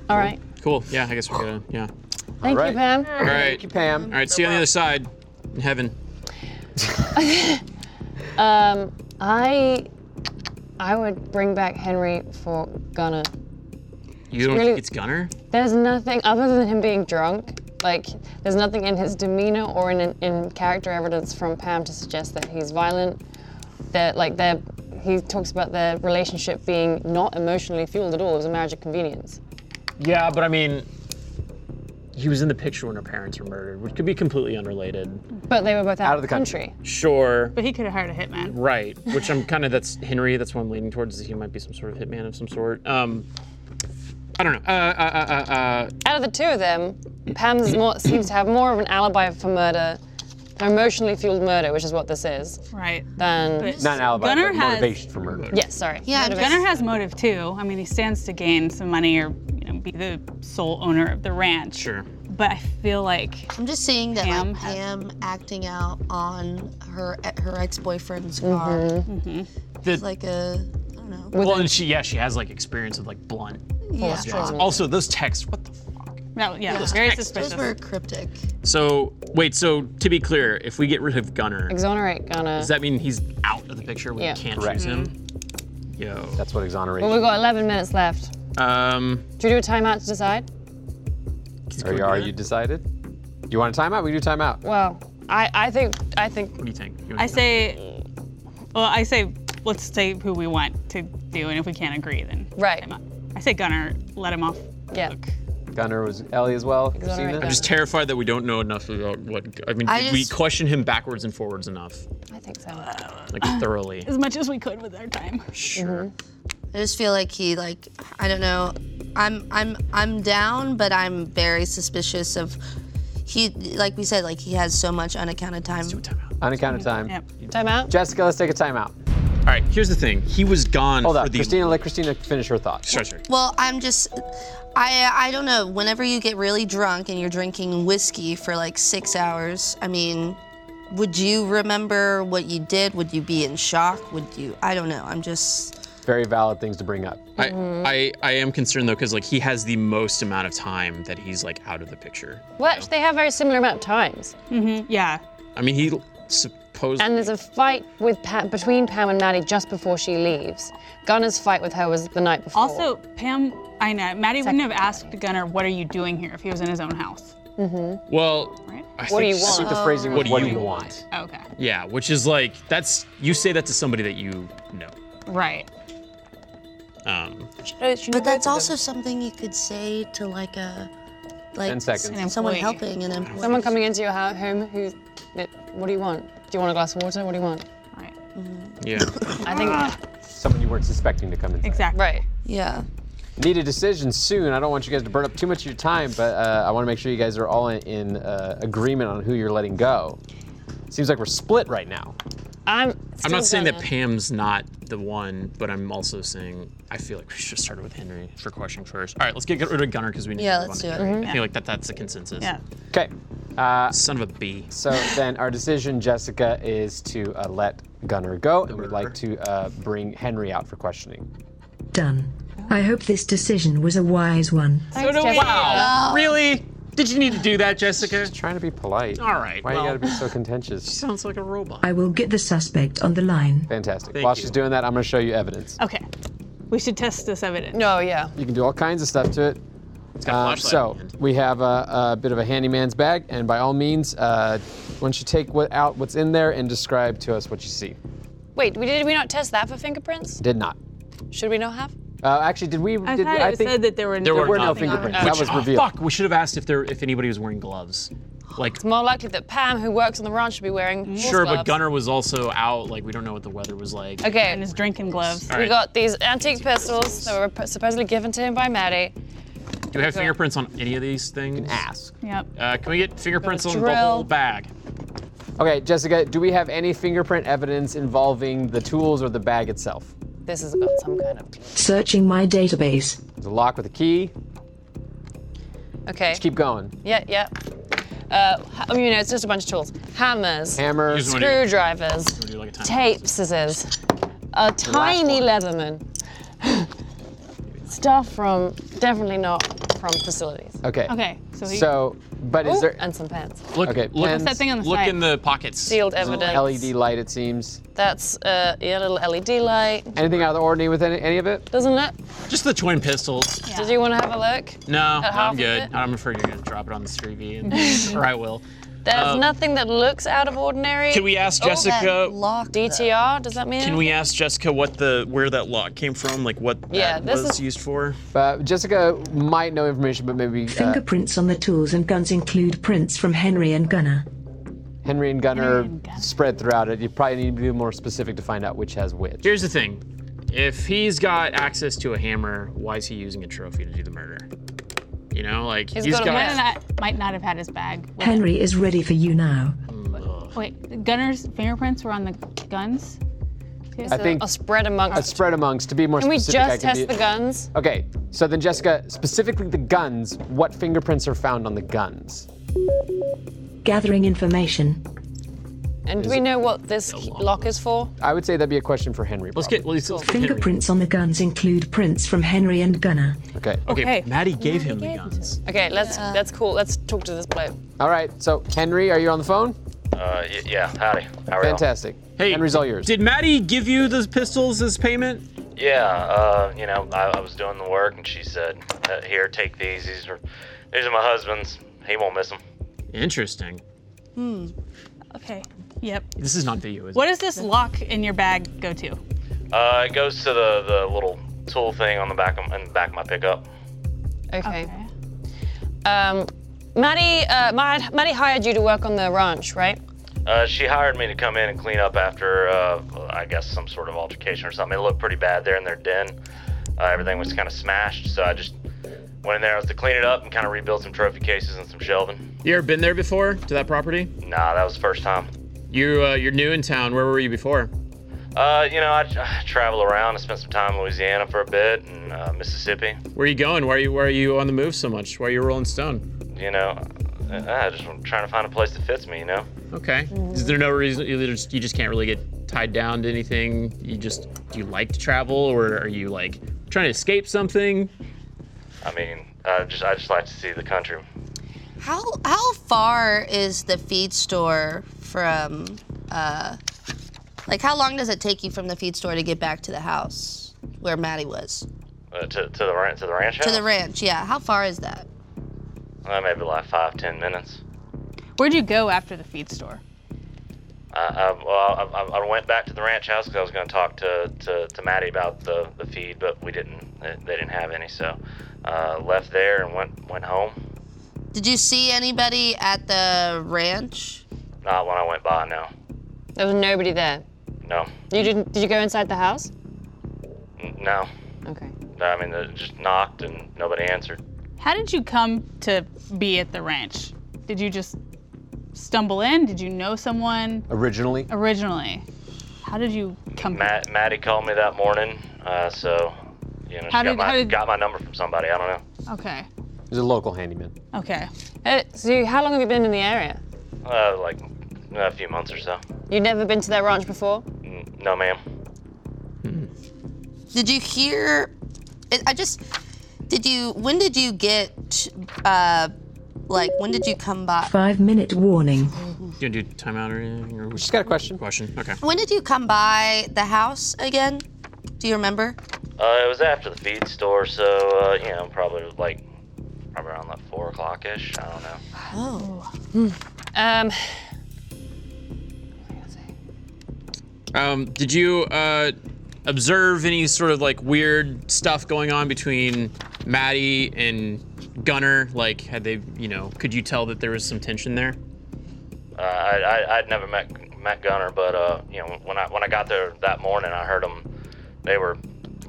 Speaker 7: All right.
Speaker 4: Cool. Yeah, I guess we're gonna. Yeah.
Speaker 7: Thank you, Pam.
Speaker 4: All right. Thank
Speaker 1: you, Pam.
Speaker 4: All right. See you on the other side, in heaven.
Speaker 7: Um, I I would bring back Henry for Gunner.
Speaker 4: You don't
Speaker 7: Really-
Speaker 4: think it's Gunner?
Speaker 7: There's nothing other than him being drunk. Like, there's nothing in his demeanor or in in character evidence from Pam to suggest that he's violent. That like their he talks about their relationship being not emotionally fueled at all. It was a marriage of convenience.
Speaker 4: Yeah, but I mean, he was in the picture when her parents were murdered, which could be completely unrelated.
Speaker 7: But they were both out,
Speaker 4: Out of the country.
Speaker 7: country.
Speaker 4: Sure.
Speaker 9: But he could have hired a hitman.
Speaker 4: Right. Which I'm kind of that's Henry. That's what I'm leaning towards. Is he might be some sort of hitman of some sort. Um, I don't know. Uh, uh, uh, uh, uh,
Speaker 7: Out of the two of them, Pam's more, seems to have more of an alibi for murder, an emotionally fueled murder, which is what this is.
Speaker 9: Right.
Speaker 7: Than
Speaker 9: But Not an alibi, Gunnar but has- motivation
Speaker 1: for murder.
Speaker 7: Yes, sorry.
Speaker 9: Yeah,
Speaker 7: Motivation.
Speaker 9: Gunnar has motive too. I mean, he stands to gain some money or you know, be the sole owner of the ranch.
Speaker 4: Sure.
Speaker 9: But I feel like
Speaker 8: I'm just seeing that Pam, like, Pam acting out on her e, her ex-boyfriend's car.
Speaker 4: Mm-hmm. The-
Speaker 8: It's like a
Speaker 4: well, and she yeah she has like experience with like blunt.
Speaker 8: Yeah.
Speaker 4: false jobs. Also, those texts. What the?
Speaker 9: no, yeah,
Speaker 8: Yeah.
Speaker 9: very
Speaker 8: Those
Speaker 9: suspicious.
Speaker 8: were cryptic.
Speaker 4: So wait. So to be clear, if we get rid of Gunner,
Speaker 7: Exonerate Gunnar.
Speaker 4: does that mean he's out of the picture? We
Speaker 7: Yeah.
Speaker 4: can't
Speaker 7: Correct.
Speaker 4: use him. Yo.
Speaker 1: That's what exoneration.
Speaker 7: Well, we've got 11 minutes left.
Speaker 4: Um.
Speaker 7: Do we do a timeout to decide?
Speaker 1: Are you, are you decided? You want a timeout? We do timeout.
Speaker 7: Well, I, I think I think. What
Speaker 4: do you think?
Speaker 9: I say, well, I say, let's say who we want to do, and if we can't agree, then right. I say Gunnar, let him off.
Speaker 7: Yeah.
Speaker 1: Mm-hmm. Gunner was Ellie as well.
Speaker 9: Exonerate
Speaker 1: Christina.
Speaker 4: I'm just terrified that we don't know enough about what. I mean,
Speaker 9: I
Speaker 4: did we
Speaker 9: just-
Speaker 4: question him backwards and forwards enough,
Speaker 7: I think so.
Speaker 4: like thoroughly.
Speaker 9: As much as we could with our time.
Speaker 4: Sure.
Speaker 8: Mm-hmm. I just feel like he like I don't know. I'm I'm I'm down, but I'm very suspicious of he like we said like he has so much unaccounted time.
Speaker 1: Unaccounted time.
Speaker 7: Timeout.
Speaker 1: Jessica, let's take a timeout.
Speaker 4: All right. Here's the thing. He was gone.
Speaker 1: Hold
Speaker 4: for
Speaker 1: on,
Speaker 4: the-
Speaker 1: Christina. Let Christina finish her thought.
Speaker 4: Sure, sure.
Speaker 8: Well, I'm just I I don't know. Whenever you get really drunk and you're drinking whiskey for like 6 hours, I mean, would you remember what you did? Would you be in shock? Would you I don't know. I'm just
Speaker 1: Very valid things to bring up.
Speaker 4: I, I I am concerned though because like he has the most amount of time that he's like out of the picture.
Speaker 7: Well, actually, they have very similar amount of times.
Speaker 9: Mm-hmm. Yeah.
Speaker 4: I mean he supposed
Speaker 7: And there's a fight with Pat between Pam and Maddie just before she leaves. Gunnar's fight with her was the night before.
Speaker 9: Also, Pam, I know Maddie wouldn't have asked Gunnar, "What are you doing here?" if he was in his own house.
Speaker 7: Mm-hmm.
Speaker 4: well. I
Speaker 9: What do
Speaker 4: think
Speaker 9: you want?
Speaker 1: I think the phrasing was,
Speaker 4: What do you
Speaker 1: want?
Speaker 9: Okay.
Speaker 4: Yeah, which is like that's you say that to somebody that you know.
Speaker 9: Right.
Speaker 4: Um,
Speaker 8: But that's also something you could say to like a like
Speaker 4: 10 seconds. An
Speaker 8: someone
Speaker 4: employee.
Speaker 8: helping an employee.
Speaker 7: Someone coming into your ho- home who, that- what do you want? Do you want a glass of water? What do you want?
Speaker 8: Mm-hmm.
Speaker 4: yeah.
Speaker 7: I think.
Speaker 1: Ah. Someone you weren't suspecting to come in.
Speaker 9: Exactly.
Speaker 7: Right.
Speaker 8: Yeah.
Speaker 1: Need a decision soon. I don't want you guys to burn up too much of your time, but uh, I want to make sure you guys are all in, in uh, agreement on who you're letting go. Seems like we're split right now.
Speaker 7: I'm.
Speaker 4: I'm
Speaker 7: still
Speaker 4: not saying that
Speaker 7: Gunnar.
Speaker 4: Pam's not the one, but I'm also saying I feel like we should have started with Henry for question first. All right, let's get rid of Gunner because we need.
Speaker 8: Yeah,
Speaker 4: to move
Speaker 8: let's
Speaker 4: on to
Speaker 8: do it.
Speaker 4: Henry.
Speaker 8: Mhm.
Speaker 4: I feel like that that's the consensus.
Speaker 8: Yeah.
Speaker 1: Okay. Uh,
Speaker 4: Son of a bee.
Speaker 1: So then our decision, Jessica, is to uh, let Gunner go, and we'd like to uh, bring Henry out for questioning.
Speaker 2: Done. I hope this decision was a wise one.
Speaker 4: So do we. Wow. Really? Did you need to do that, Jessica? Just
Speaker 1: trying to be polite.
Speaker 4: All right.
Speaker 1: Why
Speaker 4: well,
Speaker 1: you gotta be so contentious?
Speaker 4: sounds like a robot.
Speaker 2: I will get the suspect on the line.
Speaker 1: Fantastic. While she's doing that, I'm gonna show you evidence.
Speaker 9: Okay. We should test this evidence.
Speaker 7: No, yeah.
Speaker 1: You can do all kinds of stuff to it. Um,
Speaker 4: flashlight
Speaker 1: so we have a, a bit of a handyman's bag, and by all means, uh, why don't you take what out what's in there and describe to us what you see?
Speaker 7: Wait, we did we not test that for fingerprints?
Speaker 1: Did not.
Speaker 7: Should we not have?
Speaker 1: Uh, actually, did we?
Speaker 9: I
Speaker 1: did,
Speaker 9: thought
Speaker 1: I
Speaker 9: it
Speaker 1: think
Speaker 9: said that there were
Speaker 1: there
Speaker 9: no
Speaker 1: were no
Speaker 9: nothing on it.
Speaker 1: fingerprints.
Speaker 9: Oh.
Speaker 1: That was
Speaker 4: Which- oh,
Speaker 1: revealed.
Speaker 4: fuck, we should have asked if there if anybody was wearing gloves. Like
Speaker 7: It's more likely that Pam, who works on the ranch, should be wearing horse
Speaker 4: sure,
Speaker 7: gloves.
Speaker 4: but Gunner was also out. Like we don't know what the weather was like.
Speaker 7: Okay. And his
Speaker 9: drinking gloves.
Speaker 4: All
Speaker 7: We
Speaker 4: right.
Speaker 7: got these antique pistols that were supposedly given to him by Maddie.
Speaker 4: Do we have fingerprints on any of these things?
Speaker 1: ask.
Speaker 9: Yep.
Speaker 4: Uh, can we get fingerprints on the
Speaker 7: drill.
Speaker 4: whole bag?
Speaker 1: Okay, Jessica, do we have any fingerprint evidence involving the tools or the bag itself?
Speaker 7: This has got some kind of.
Speaker 2: Searching my database.
Speaker 1: The lock with a key.
Speaker 7: Okay.
Speaker 1: Just keep going.
Speaker 7: Yeah, yeah. Uh, ha- I mean, you know, it's just a bunch of tools. Hammers.
Speaker 1: Hammer. You just wanna do-
Speaker 7: Screwdrivers.
Speaker 4: Like a
Speaker 7: tape scissors. A
Speaker 10: tiny Leatherman. Stuff from definitely not
Speaker 7: from facilities.
Speaker 1: Okay.
Speaker 9: Okay, so he- Oh,
Speaker 1: So, but is
Speaker 7: Ooh,
Speaker 1: there?
Speaker 7: And some pens.
Speaker 4: Look.
Speaker 1: Okay.
Speaker 4: look-
Speaker 1: pens.
Speaker 7: What's that thing on the Look side? in
Speaker 4: the pockets.
Speaker 7: Sealed
Speaker 1: There's a little
Speaker 7: evidence.
Speaker 1: LED light, it seems.
Speaker 7: That's uh, yeah, a little LED light.
Speaker 1: Anything out of the ordinary with any, any of it?
Speaker 7: Doesn't it?
Speaker 4: Just the twin pistols.
Speaker 7: Did you want to have a look?
Speaker 4: No,
Speaker 7: At
Speaker 4: no,
Speaker 7: Uh-huh. half
Speaker 4: I'm
Speaker 7: of
Speaker 4: good.
Speaker 7: it?
Speaker 4: I'm afraid you're gonna drop it on the street V, and, or I will.
Speaker 7: There's
Speaker 4: Um,
Speaker 7: nothing that looks out of ordinary.
Speaker 13: Can we ask Jessica- That
Speaker 7: lock DTR? Does that mean?
Speaker 13: Can we ask Jessica what the where that lock came from? Like what
Speaker 7: Yeah,
Speaker 13: that
Speaker 7: this
Speaker 13: was
Speaker 7: is-
Speaker 13: used for?
Speaker 1: But Jessica might know information, but maybe uh,
Speaker 2: Fingerprints on the tools and guns include prints from Henry and Gunner.
Speaker 1: Henry and Gunner spread throughout it. You probably need to be more specific to find out which has which.
Speaker 4: Here's the thing: if he's got access to a hammer, why is he using a trophy to do the murder? You know, like
Speaker 9: He's
Speaker 4: he's
Speaker 9: got a might
Speaker 4: got.
Speaker 9: not, might not have had his bag. with him.
Speaker 2: Henry is ready for you now.
Speaker 9: Wait, Gunner's fingerprints were on the guns?
Speaker 1: I think
Speaker 7: spread amongst.
Speaker 1: A Uh, spread amongst. To be more
Speaker 7: Can we
Speaker 1: specific, I
Speaker 7: just
Speaker 1: can
Speaker 7: test
Speaker 1: be-
Speaker 7: the guns?
Speaker 1: Okay, so then Jessica, specifically the guns, what fingerprints are found on the guns?
Speaker 2: Gathering information.
Speaker 7: And do we know what this lock is for?
Speaker 1: I would say that'd be a question for Henry. Let's
Speaker 4: get. Let's, let's
Speaker 2: Fingerprints on the guns include prints from Henry and Gunner.
Speaker 1: Okay.
Speaker 4: Okay.
Speaker 7: Okay.
Speaker 4: Maddie gave him the guns.
Speaker 7: Okay, let's that's cool. Let's talk to this bloke.
Speaker 1: All right, so Henry, are you on the phone?
Speaker 14: Uh, y- yeah, howdy. How are you?
Speaker 1: Fantastic. Hey, Henry's all yours.
Speaker 4: Did Maddie give you those pistols as payment?
Speaker 14: Yeah, uh, you know, I, I was doing the work and she said, uh, here, take these. These are, these are my husband's. He won't miss them.
Speaker 4: Interesting.
Speaker 9: Hmm. Okay. Yep.
Speaker 4: This is not video, is
Speaker 9: What does this lock in your bag go to?
Speaker 14: Uh, it goes to the, the little tool thing on the back of, in the back of my pickup.
Speaker 7: Okay. Um, Maddie, uh, Mad- Maddie hired you to work on the ranch, right?
Speaker 14: Uh, she hired me to come in and clean up after, uh, I guess, some sort of altercation or something. It looked pretty bad there in their den. Uh, everything was kind of smashed, so I just went in there. I was to clean it up and kind of rebuild some trophy cases and some shelving.
Speaker 4: You ever been there before to that property?
Speaker 14: Nah, that was the first time.
Speaker 4: You uh, you're new in town. Where were you before?
Speaker 14: Uh, you know, I, I travel around. I spent some time in Louisiana for a bit and uh, Mississippi.
Speaker 4: Where are you going? Why are you why are you on the move so much? Why are you rolling stone?
Speaker 14: You know, I, I just am trying to find a place that fits me. You know.
Speaker 4: Okay. Is there no reason you just you just can't really get tied down to anything? You just do you like to travel or are you like trying to escape something?
Speaker 14: I mean, I just I just like to see the country.
Speaker 8: How how far is the feed store from? Uh, like how long does it take you from the feed store to get back to the house where Maddie was?
Speaker 14: Uh, to, to the ranch to the ranch
Speaker 8: To
Speaker 14: house.
Speaker 8: the ranch, yeah. How far is that?
Speaker 14: Uh, maybe like five ten minutes.
Speaker 9: Where'd you go after the feed store?
Speaker 14: I, I, well, I, I I went back to the ranch house because I was going to talk to, to, to Maddie about the, the feed, but we didn't. They, they didn't have any, so uh, left there and went went home.
Speaker 8: Did you see anybody at the ranch?
Speaker 14: Not when I went by. No,
Speaker 7: There was nobody there.
Speaker 14: no,
Speaker 7: You didn't? Did you go inside the house?
Speaker 14: N- no.
Speaker 7: Okay.
Speaker 14: I mean, they just knocked and nobody answered.
Speaker 9: How did you come to be at the ranch? Did you just stumble in? Did you know someone
Speaker 1: Originally,
Speaker 9: originally? How did you come?
Speaker 14: Matt, Maddie called me that morning, uh, so you know she
Speaker 9: How
Speaker 14: got,
Speaker 9: did-
Speaker 14: my,
Speaker 9: how did-
Speaker 14: got my number from somebody. I don't know.
Speaker 9: Okay.
Speaker 1: He's a local handyman.
Speaker 9: Okay.
Speaker 7: Uh, so how long have you been in the area?
Speaker 14: Uh, like a few months or so.
Speaker 7: You've never been to their ranch before?
Speaker 14: N- No, ma'am.
Speaker 8: Did you hear? I- I just. Did you? When did you get uh, Like, when did you come by?
Speaker 2: Five minute warning.
Speaker 4: You gonna do timeout or anything? Or
Speaker 1: She's got a question.
Speaker 4: Question. Okay.
Speaker 8: When did you come by the house again? Do you remember?
Speaker 14: Uh, it was after the feed store, so uh, you know, probably like probably around like four o'clock ish. I don't know.
Speaker 8: Oh.
Speaker 7: Um.
Speaker 4: Um, did you uh, observe any sort of like weird stuff going on between Maddie and Gunner? Like, had they, you know, could you tell that there was some tension there?
Speaker 14: Uh, I, I I'd never met met Gunner, but uh, you know, when I when I got there that morning, I heard them. They were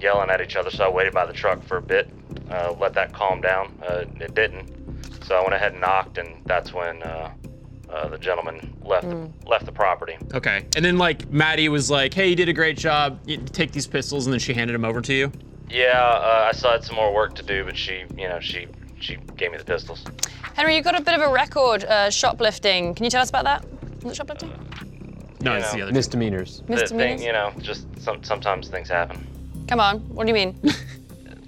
Speaker 14: yelling at each other, so I waited by the truck for a bit, uh, let that calm down. Uh, it didn't, so I went ahead and knocked, and that's when uh, uh, the gentleman left the, left the property.
Speaker 4: Okay. And then like Maddie was like, "Hey, you did a great job. You take these pistols," and then she handed them over to you.
Speaker 14: Yeah, uh, I still had some more work to do, but she, you know, she she gave me the pistols.
Speaker 7: Henry, you got a bit of a record uh, shoplifting. Can you tell us about that? Was it shoplifting?
Speaker 4: No,
Speaker 14: it's the
Speaker 1: other misdemeanors.
Speaker 14: The
Speaker 7: Misdemeanors?
Speaker 14: thing, you know, just some, sometimes things happen.
Speaker 7: Come on. What do you mean?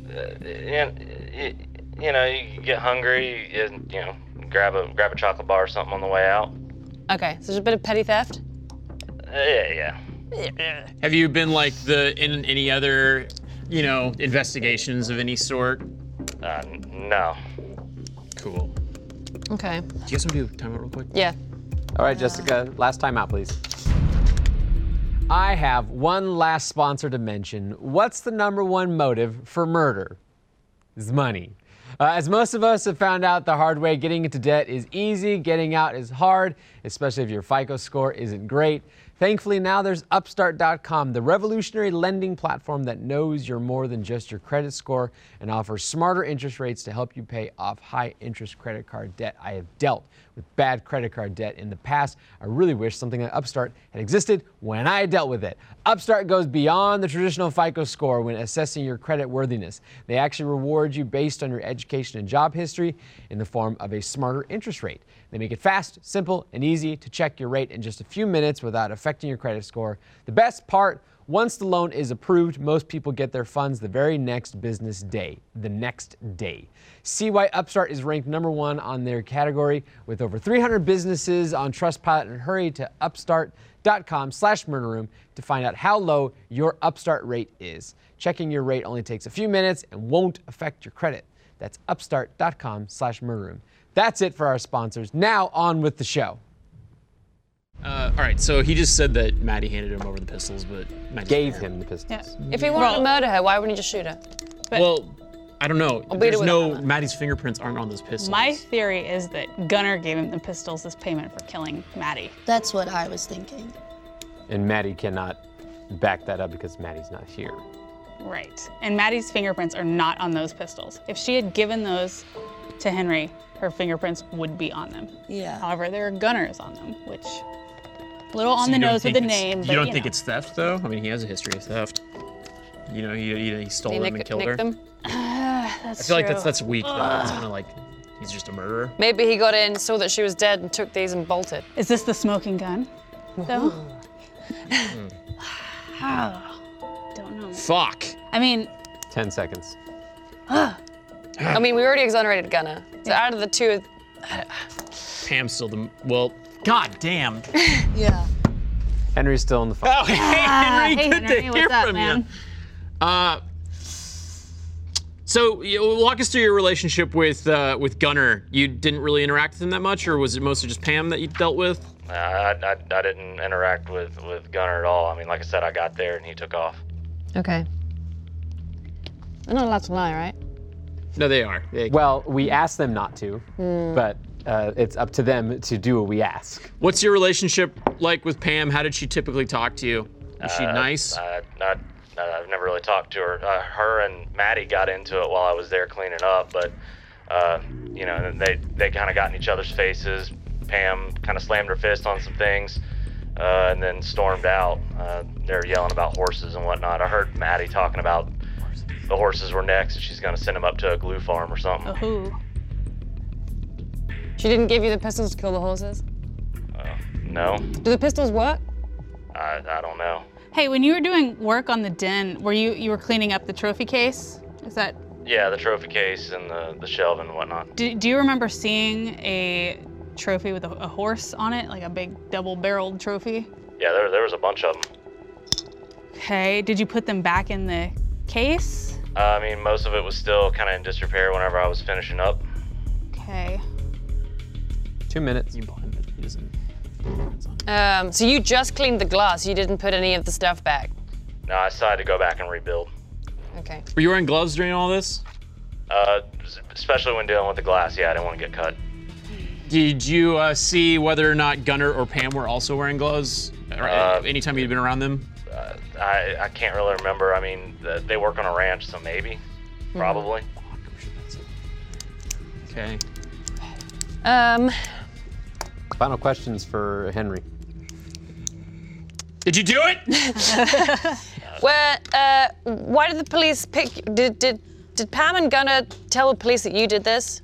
Speaker 14: Uh, and, y- you know, you get hungry, you, you know, grab a grab a chocolate bar or something on the way out.
Speaker 7: okay, so there's a bit of petty theft.
Speaker 14: Uh, yeah, yeah.
Speaker 4: Have you been like the in any other, you know, investigations of any sort?
Speaker 14: Uh, no.
Speaker 4: Cool.
Speaker 7: Okay.
Speaker 4: Do you guys want to do timeout real quick?
Speaker 7: Yeah.
Speaker 1: All right, Jessica, last time out, please. I have one last sponsor to mention. What's the number one motive for murder? Is money. Uh, as most of us have found out the hard way, getting into debt is easy, getting out is hard, especially if your FICO score isn't great. Thankfully, now there's Upstart.com, the revolutionary lending platform that knows you're more than just your credit score and offers smarter interest rates to help you pay off high interest credit card debt. I have dealt with bad credit card debt in the past. I really wish something like Upstart had existed when I dealt with it. Upstart goes beyond the traditional FICO score when assessing your credit worthiness. They actually reward you based on your education and job history in the form of a smarter interest rate. They make it fast, simple, and easy to check your rate in just a few minutes without affecting your credit score. The best part once the loan is approved, most people get their funds the very next business day. The next day. See why Upstart is ranked number one on their category with over 300 businesses on Trustpilot and hurry to upstart.com slash murder room to find out how low your Upstart rate is. Checking your rate only takes a few minutes and won't affect your credit. That's upstart.com slash murder room. That's it for our sponsors. Now on with the show.
Speaker 4: Uh, all right. So he just said that Maddie handed him over the pistols, but Maddie
Speaker 1: gave him the pistols. Mm-hmm.
Speaker 7: If he wanted to murder her, why wouldn't he just shoot her? But
Speaker 4: well, I don't know.
Speaker 7: I'll beat it
Speaker 4: There's
Speaker 7: with
Speaker 4: no Maddie's fingerprints aren't on those pistols.
Speaker 9: My theory is that Gunner gave him the pistols as payment for killing Maddie.
Speaker 8: That's what I was thinking.
Speaker 1: And Maddie cannot back that up because Maddie's not here.
Speaker 9: Right. And Maddie's fingerprints are not on those pistols. If she had given those to Henry, her fingerprints would be on them.
Speaker 8: Yeah.
Speaker 9: However, there are Gunners on them, which little on
Speaker 4: So
Speaker 9: the
Speaker 4: you don't
Speaker 9: nose with
Speaker 4: think
Speaker 9: the
Speaker 4: it's-
Speaker 9: name.
Speaker 4: You
Speaker 9: but,
Speaker 4: don't
Speaker 9: you
Speaker 4: think
Speaker 9: know.
Speaker 4: it's theft, though? I mean, he has a history of theft. You know, he, he, he stole
Speaker 9: They
Speaker 4: them
Speaker 9: nick-
Speaker 4: and killed
Speaker 9: nick
Speaker 4: her.
Speaker 9: them?
Speaker 4: I
Speaker 7: that's
Speaker 4: feel like that's
Speaker 7: true.
Speaker 4: that's weak. Though. It's kind of like he's just a murderer.
Speaker 7: Maybe he got in, saw that she was dead, and took these and bolted.
Speaker 9: Is this the smoking gun? Though? don't know.
Speaker 4: Fuck.
Speaker 9: I mean,
Speaker 1: Ten seconds.
Speaker 7: I mean, we already exonerated Gunner. So out of the two,
Speaker 4: Pam's still the well. God damn.
Speaker 8: yeah.
Speaker 1: Henry's still on the phone.
Speaker 4: Oh, hey, Henry,
Speaker 9: Ah, hey,
Speaker 4: good
Speaker 9: Henry,
Speaker 4: to
Speaker 9: what's
Speaker 4: hear
Speaker 9: up,
Speaker 4: from
Speaker 9: man?
Speaker 4: you. Uh, so, you- walk us through your relationship with uh, with Gunner. You didn't really interact with him that much, or was it mostly just Pam that you dealt with?
Speaker 14: Uh, I, I, I didn't interact with with Gunner at all. I mean, like I said, I got there and he took off.
Speaker 10: Okay. I'm not allowed to lie, right?
Speaker 4: No, they are.
Speaker 1: Well, we asked them not to,
Speaker 10: Hmm.
Speaker 1: but uh, it's up to them to do what we ask.
Speaker 4: What's your relationship like with Pam? How did she typically talk to you? Is she
Speaker 14: Uh,
Speaker 4: nice?
Speaker 14: I, not, uh, I've never really talked to her. Uh, her and Maddie got into it while I was there cleaning up, but uh, you know, they they kind of got in each other's faces. Pam kind of slammed her fist on some things, uh, and then stormed out. Uh, they were yelling about horses and whatnot. I heard Maddie talking about the horses were next, and she's gonna send them up to a glue farm or something.
Speaker 7: Oh.
Speaker 9: Who?
Speaker 7: She didn't give you the pistols to kill the horses.
Speaker 14: No,
Speaker 7: Do the pistols work?
Speaker 14: I, I don't know.
Speaker 9: Hey, when you were doing work on the den, were you you were cleaning up the trophy case? Is that
Speaker 14: Yeah, the trophy case and the, the shelf and whatnot.
Speaker 9: Do, do you remember seeing a trophy with a, a horse on it, like a big double-barreled trophy?
Speaker 14: Yeah, there, there was a bunch of them.
Speaker 9: Okay. Did you put them back in the case?
Speaker 14: Uh, I mean, most of it was still kind of in disrepair whenever I was finishing up.
Speaker 9: Okay.
Speaker 1: Two minutes.
Speaker 7: Um, so you just cleaned the glass. You didn't put any of the stuff back.
Speaker 14: No, I decided to go back and rebuild.
Speaker 7: Okay.
Speaker 4: Were you wearing gloves during all this?
Speaker 14: Uh, s- especially when dealing with the glass. Yeah, I didn't want to get cut.
Speaker 4: Did you uh, see whether or not Gunnar or Pam were also wearing gloves? Or, uh, anytime you'd been around them?
Speaker 14: Uh, I, I can't really remember. I mean, th- they work on a ranch, so maybe,
Speaker 7: Mhm.
Speaker 14: probably.
Speaker 4: Okay.
Speaker 7: Um,
Speaker 1: Final questions for Henry.
Speaker 4: Did you do it?
Speaker 7: where? Uh, why did the police pick? Did did did Pam and Gunnar tell the police that you did this?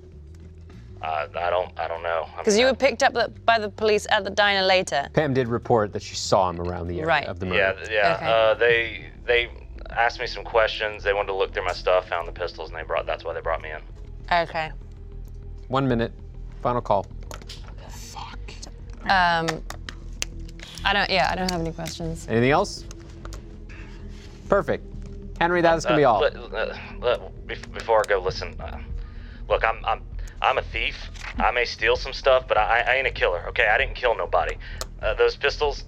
Speaker 14: Uh, I don't. I don't know. I
Speaker 7: Because you were picked up the, by the police at the diner later.
Speaker 1: Pam did report that she saw him around the area
Speaker 7: Right.
Speaker 1: of the
Speaker 14: Yeah,
Speaker 1: murder.
Speaker 14: th- yeah. Uh, they they asked me some questions. They wanted to look through my stuff, found the pistols, and they brought. That's why they brought me in.
Speaker 7: Okay.
Speaker 1: One minute. Final call.
Speaker 7: Um, I don't. Yeah, I don't have any questions.
Speaker 1: Anything else? Perfect. Henry, that's gonna be
Speaker 14: Uh,
Speaker 1: all.
Speaker 14: li- li- li- bef- before I go, listen. Uh, look, I'm I'm I'm a thief. I may steal some stuff, but I, I ain't a killer. Okay, I didn't kill nobody. Uh, those pistols.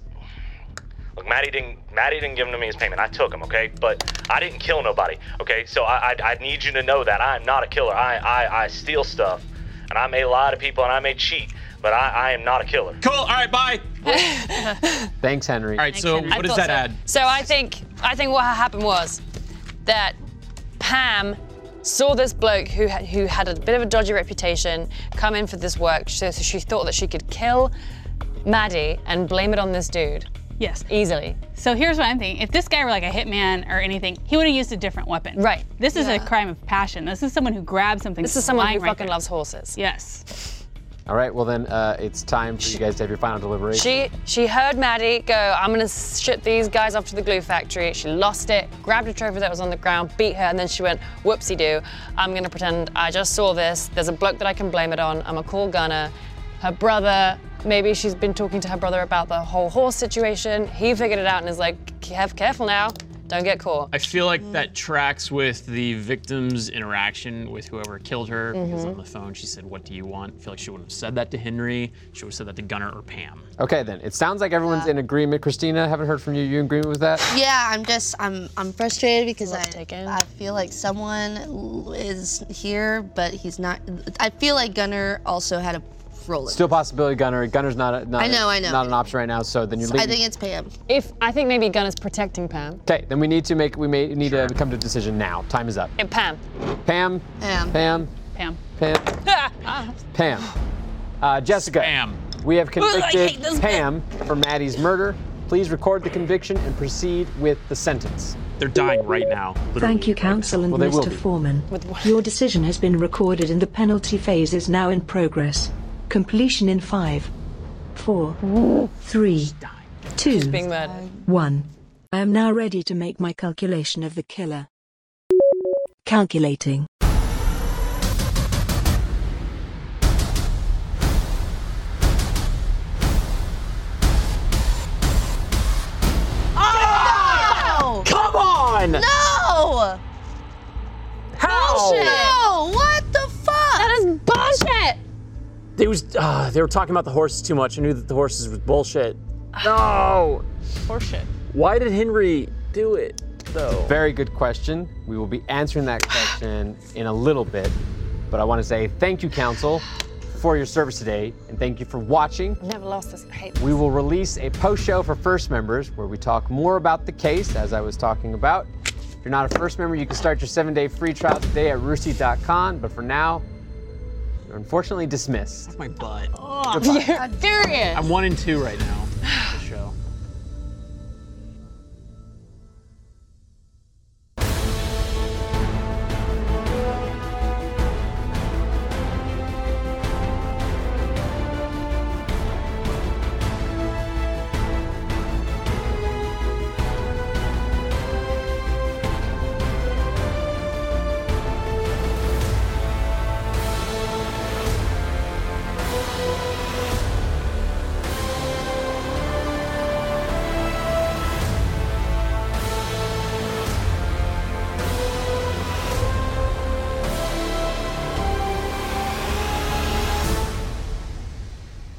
Speaker 14: Look, Maddie didn't Maddie didn't give them to me as payment. I took them. Okay, but I didn't kill nobody. Okay, so I I, I need you to know that I'm not a killer. I, I I steal stuff, and I may lie to people and I may cheat, but I I am not a killer.
Speaker 4: Cool. All right. Bye.
Speaker 1: Thanks, Henry.
Speaker 4: All right. so
Speaker 7: I
Speaker 4: what does that
Speaker 7: thought so.
Speaker 4: add?
Speaker 7: So I think I think what happened was that Pam saw this bloke who had, who had a bit of a dodgy reputation come in for this work, so, so she thought that she could kill Maddie and blame it on this dude.
Speaker 9: Yes.
Speaker 7: Easily.
Speaker 9: So here's what I'm thinking. If this guy were like a hitman or anything, he would have used a different weapon. Right. This is a crime of passion. This is someone who grabs something.
Speaker 7: This is someone who
Speaker 9: lying right
Speaker 7: fucking
Speaker 9: there.
Speaker 7: loves horses.
Speaker 9: Yes.
Speaker 1: All right. Well, then uh, it's time for you guys to have your final deliberation.
Speaker 7: She she heard Maddie go, I'm gonna ship these guys off to the glue factory. She lost it, grabbed a trophy that was on the ground, beat her, and then she went, whoopsie doo. I'm gonna pretend I just saw this. There's a bloke that I can blame it on. I'm gonna call Gunner. Her brother, maybe she's been talking to her brother about the whole horse situation. He figured it out and is like, have careful now, don't get caught.
Speaker 4: I feel like that tracks with the victim's interaction with whoever killed her. Because
Speaker 7: Mhm.
Speaker 4: on the phone, she said, "What do you want?" I feel like she wouldn't have said that to Henry. She would have said that to Gunnar or Pam.
Speaker 1: Okay, then. It sounds like everyone's in agreement. Christina, haven't heard from you. You in agreement with that?
Speaker 8: Yeah, I'm just I'm I'm frustrated because I I feel like someone l- is here, but he's not. I feel like Gunner also had a role. in
Speaker 1: Still possibility, Gunner. Gunner's not a, not,
Speaker 8: I know, I know.
Speaker 1: not an option right now. So then you're
Speaker 8: it.
Speaker 1: leaving.
Speaker 8: I think it's Pam.
Speaker 15: If I think maybe Gunner's protecting Pam.
Speaker 1: okay, then we need to make we may need to come to a decision now. Time is up.
Speaker 7: And Pam.
Speaker 1: Pam.
Speaker 8: Pam.
Speaker 1: Pam.
Speaker 9: Pam.
Speaker 1: Pam.
Speaker 9: Ah.
Speaker 1: Pam. Uh, Jessica. Pam. We have
Speaker 7: Ugh, I
Speaker 1: convicted
Speaker 7: hate this bit.
Speaker 1: Pam for Maddie's murder. Please record the conviction and proceed with the sentence.
Speaker 4: They're dying right now.
Speaker 2: Thank you, Council and
Speaker 1: Well, they will
Speaker 2: Mr.
Speaker 1: be.
Speaker 2: Foreman. Your decision has been recorded and the penalty phase is now in progress. Completion in five, four, three, two,
Speaker 7: She's being murdered.
Speaker 2: one. I am now ready to make my calculation of the killer. Calculating.
Speaker 8: Oh!
Speaker 1: Come on!
Speaker 8: No!
Speaker 1: How?
Speaker 8: No! What the fuck? That
Speaker 7: is bullshit!
Speaker 16: They was uh, they were talking about the horses too much. I knew that the horses was bullshit.
Speaker 1: No.
Speaker 9: Horseshit.
Speaker 16: Why did Henry do it
Speaker 4: Oh.
Speaker 16: though?
Speaker 1: Very good question. We will be answering that question in a little bit, but I want to say thank you, Council, for your service today, and thank you for watching.
Speaker 7: Never lost this. I hate
Speaker 1: We will release a post show for first members where we talk more about the case, as I was talking about. If you're not a first member, you can start your seven day free trial today at roosterteeth.com, but for now, you're unfortunately dismissed.
Speaker 4: My butt.
Speaker 1: Goodbye.
Speaker 7: You're furious.
Speaker 4: I'm one and two right now. with The show.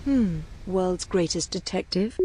Speaker 2: Hmm, world's greatest detective?